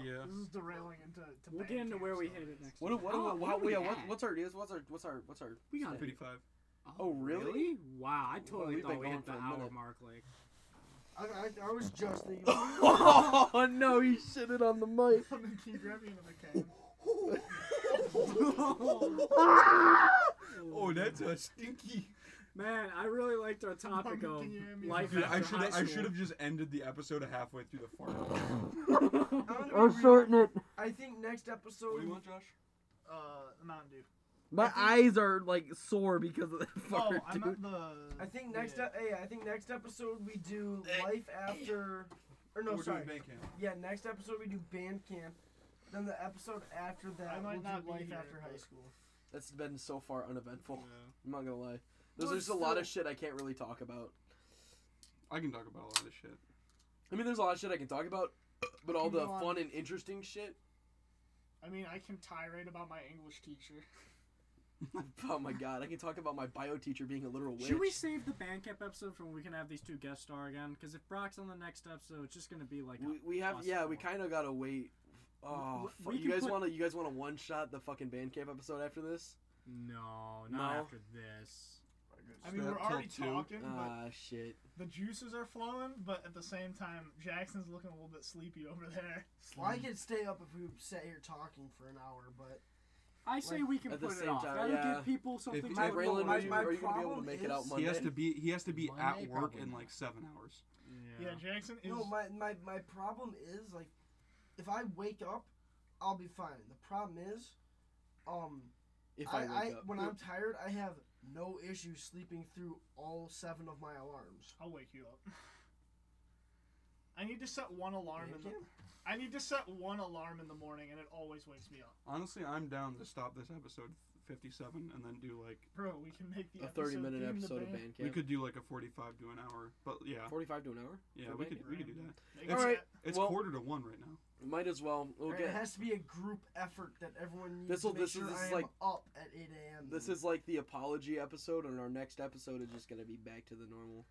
S5: Yeah.
S6: This is derailing into. To
S4: We'll
S6: bad
S4: get into
S6: camp
S4: where we
S6: stuff.
S4: hit it next.
S1: What? What?
S4: time.
S1: what,
S4: Oh,
S1: what,
S4: where we
S1: yeah, what
S4: at?
S1: what's our deals? What's our? What's our? What's our?
S4: We got a
S5: Fifty five.
S1: Oh, really?
S4: Wow, I
S1: we've
S4: totally
S1: been
S4: thought we
S1: going
S4: hit
S1: for
S4: the
S1: a
S4: hour
S1: minute.
S4: mark. Like,
S3: I, I, I was just thinking.
S1: oh no! He shitted on the mic.
S6: Can you grab me another can?
S5: Oh, that's a stinky.
S4: man, I really liked our topic
S6: Mom,
S4: of
S6: can you hand me
S4: life
S5: Dude,
S4: after
S5: I should
S4: high
S5: I
S4: school.
S5: should have just ended the episode halfway through the fart.
S3: I'm shorten
S1: it.
S3: I think next episode.
S5: What do you want, Josh?
S6: Uh, Mountain Dew.
S1: My
S6: I
S1: eyes are like sore because of that fart,
S6: Oh, I
S1: dude.
S6: meant the.
S3: I think next.
S6: Yeah.
S3: ep- hey, I think next episode we do life after. Or no,
S5: We're
S3: sorry.
S5: doing bank camp.
S3: Yeah, next episode we do band camp. Then the episode after that
S6: I
S3: we'll
S6: might
S3: do
S6: not be
S3: life
S6: here,
S3: after high
S6: but-
S3: school.
S1: That's been so far uneventful.
S5: Yeah.
S1: I'm not gonna lie.
S3: Well,
S1: There's
S3: it's
S1: just a lot of shit I can't really talk about.
S5: I can talk about a lot of shit.
S1: I mean, there's a lot of shit I can talk about, but all
S6: Can
S1: the
S6: go on.
S1: fun and interesting shit.
S6: I mean, I can tirade about my English teacher.
S1: Oh my god, I can talk about my bio teacher being a literal witch.
S4: Should we save the Bandcamp episode for when we can have these two guest star again? Because if Brock's on the next episode, it's just gonna be like. a-
S1: We, we have
S4: Us
S1: yeah. We
S4: four.
S1: kind of gotta wait. Oh,
S4: we
S1: fu-
S4: can
S1: you guys
S4: put-
S1: want to you guys want to one shot the fucking Bandcamp episode after this?
S4: no, not
S1: No.
S4: after this.
S6: I mean,
S5: Snap
S6: we're already
S5: Club two.
S6: talking, but
S1: Ah shit.
S6: the juices are flowing. But at the same time, Jackson's looking a little bit sleepy over there.
S3: Well, I could stay up if we sat here talking for an hour, but
S4: I say
S3: Like,
S4: we can
S1: at the
S4: put it
S1: same
S4: off.
S1: time,
S4: That'll
S1: yeah.
S4: give people something.
S5: If-
S4: to
S1: Hey,
S4: look
S1: Raylan,
S4: forward
S1: are
S3: my-
S1: you,
S4: to.
S3: my
S1: are you gonna be able to
S3: problem
S1: make it out
S3: is-
S1: Monday?
S5: He has to be he has to be
S7: Monday,
S5: at work
S7: probably
S5: in
S7: not.
S5: like seven hours.
S6: Yeah,
S4: yeah.
S6: Jackson is.
S3: no, my, my my problem is like, if I wake up, I'll be fine. The problem is, um,
S1: if
S3: I,
S1: I,
S3: I,
S1: wake up.
S3: when I'm tired, I have no issue sleeping through all seven of my alarms.
S6: I'll wake you up. I need to set one alarm in the.
S3: Bandcamp?
S6: I need to set one alarm in the morning, and it always wakes me up.
S5: Honestly, I'm down to stop this episode 57 and then do like
S6: Bro, we can make the
S1: a 30 minute
S6: theme the
S1: episode of
S6: band.
S1: Bandcamp.
S5: we could do like a 45 to an hour. But yeah,
S1: 45 to an hour.
S5: yeah,
S1: for
S5: we
S1: Bandcamp.
S5: could we could do that.
S6: Make
S5: All
S6: it-
S1: right.
S5: It's
S1: Well-
S5: quarter to one right now.
S1: Might as well. We'll
S3: Right, It
S1: get
S3: has to be a group effort that everyone needs
S1: This'll-
S3: to make
S1: this is-
S3: sure
S1: this
S3: I
S1: is
S3: am
S1: like-
S3: up at 8 a.m.
S1: This is like the apology episode, and our next episode is just gonna be back to the normal.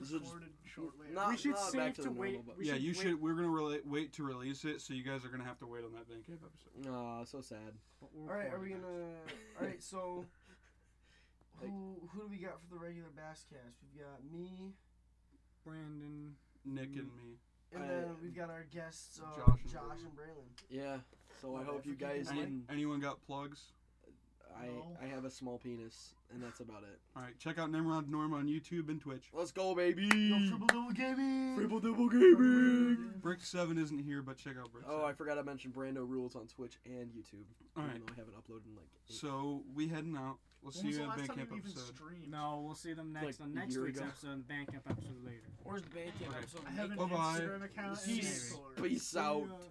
S1: This is just,
S6: recorded shortly.
S1: not,
S4: We should
S1: not
S4: save
S1: back to,
S4: to
S1: the normal,
S4: wait-
S1: but
S4: We
S5: yeah,
S4: should
S5: you
S4: wait-
S5: should. We're gonna rela- wait to release it, so you guys are gonna have to wait on that Bandcamp episode.
S1: Aw, so sad.
S3: All right, are we gonna? All right, so
S1: Like-
S3: who who do we got for the regular bass cast? We've got me,
S4: Brandon?
S5: Nick
S4: Mm.
S5: and me.
S3: and
S1: I-
S3: then we've got our guests, uh,
S5: Josh
S3: Josh,
S5: and Braylon.
S3: and, Braylon.
S1: Yeah. So I
S3: Okay,
S1: hope you
S3: if we can
S1: guys
S3: Is it-
S5: Any-
S1: didn't.
S5: anyone got plugs?
S1: I
S6: No.
S1: I have a small penis, and that's about it.
S5: All right, check out Nimrod Norm on YouTube and Twitch.
S1: Let's go, baby.
S3: Triple Gaming.
S1: Triple double gaming.
S5: Brick Seven isn't here, but check out Brick.
S1: Oh, I
S5: Seven.
S1: forgot I mentioned Brando rules on Twitch and YouTube.
S5: All right,
S1: Even though I haven't uploaded in like. eight-
S5: so we heading out. We'll
S6: When
S5: see
S6: was
S5: you
S6: the
S5: at
S6: last time
S5: Bandcamp
S6: you even
S5: episode.
S6: streamed?
S4: No, we'll see them
S1: Like
S4: next on
S1: a
S4: next
S1: year
S4: week's
S1: ago.
S4: episode and Bandcamp episode later.
S3: Where's the band camp
S5: Okay.
S3: episode?
S6: I have an
S5: Bye-bye.
S6: Instagram account. and a
S1: Peace.
S6: Discord.
S1: Peace out.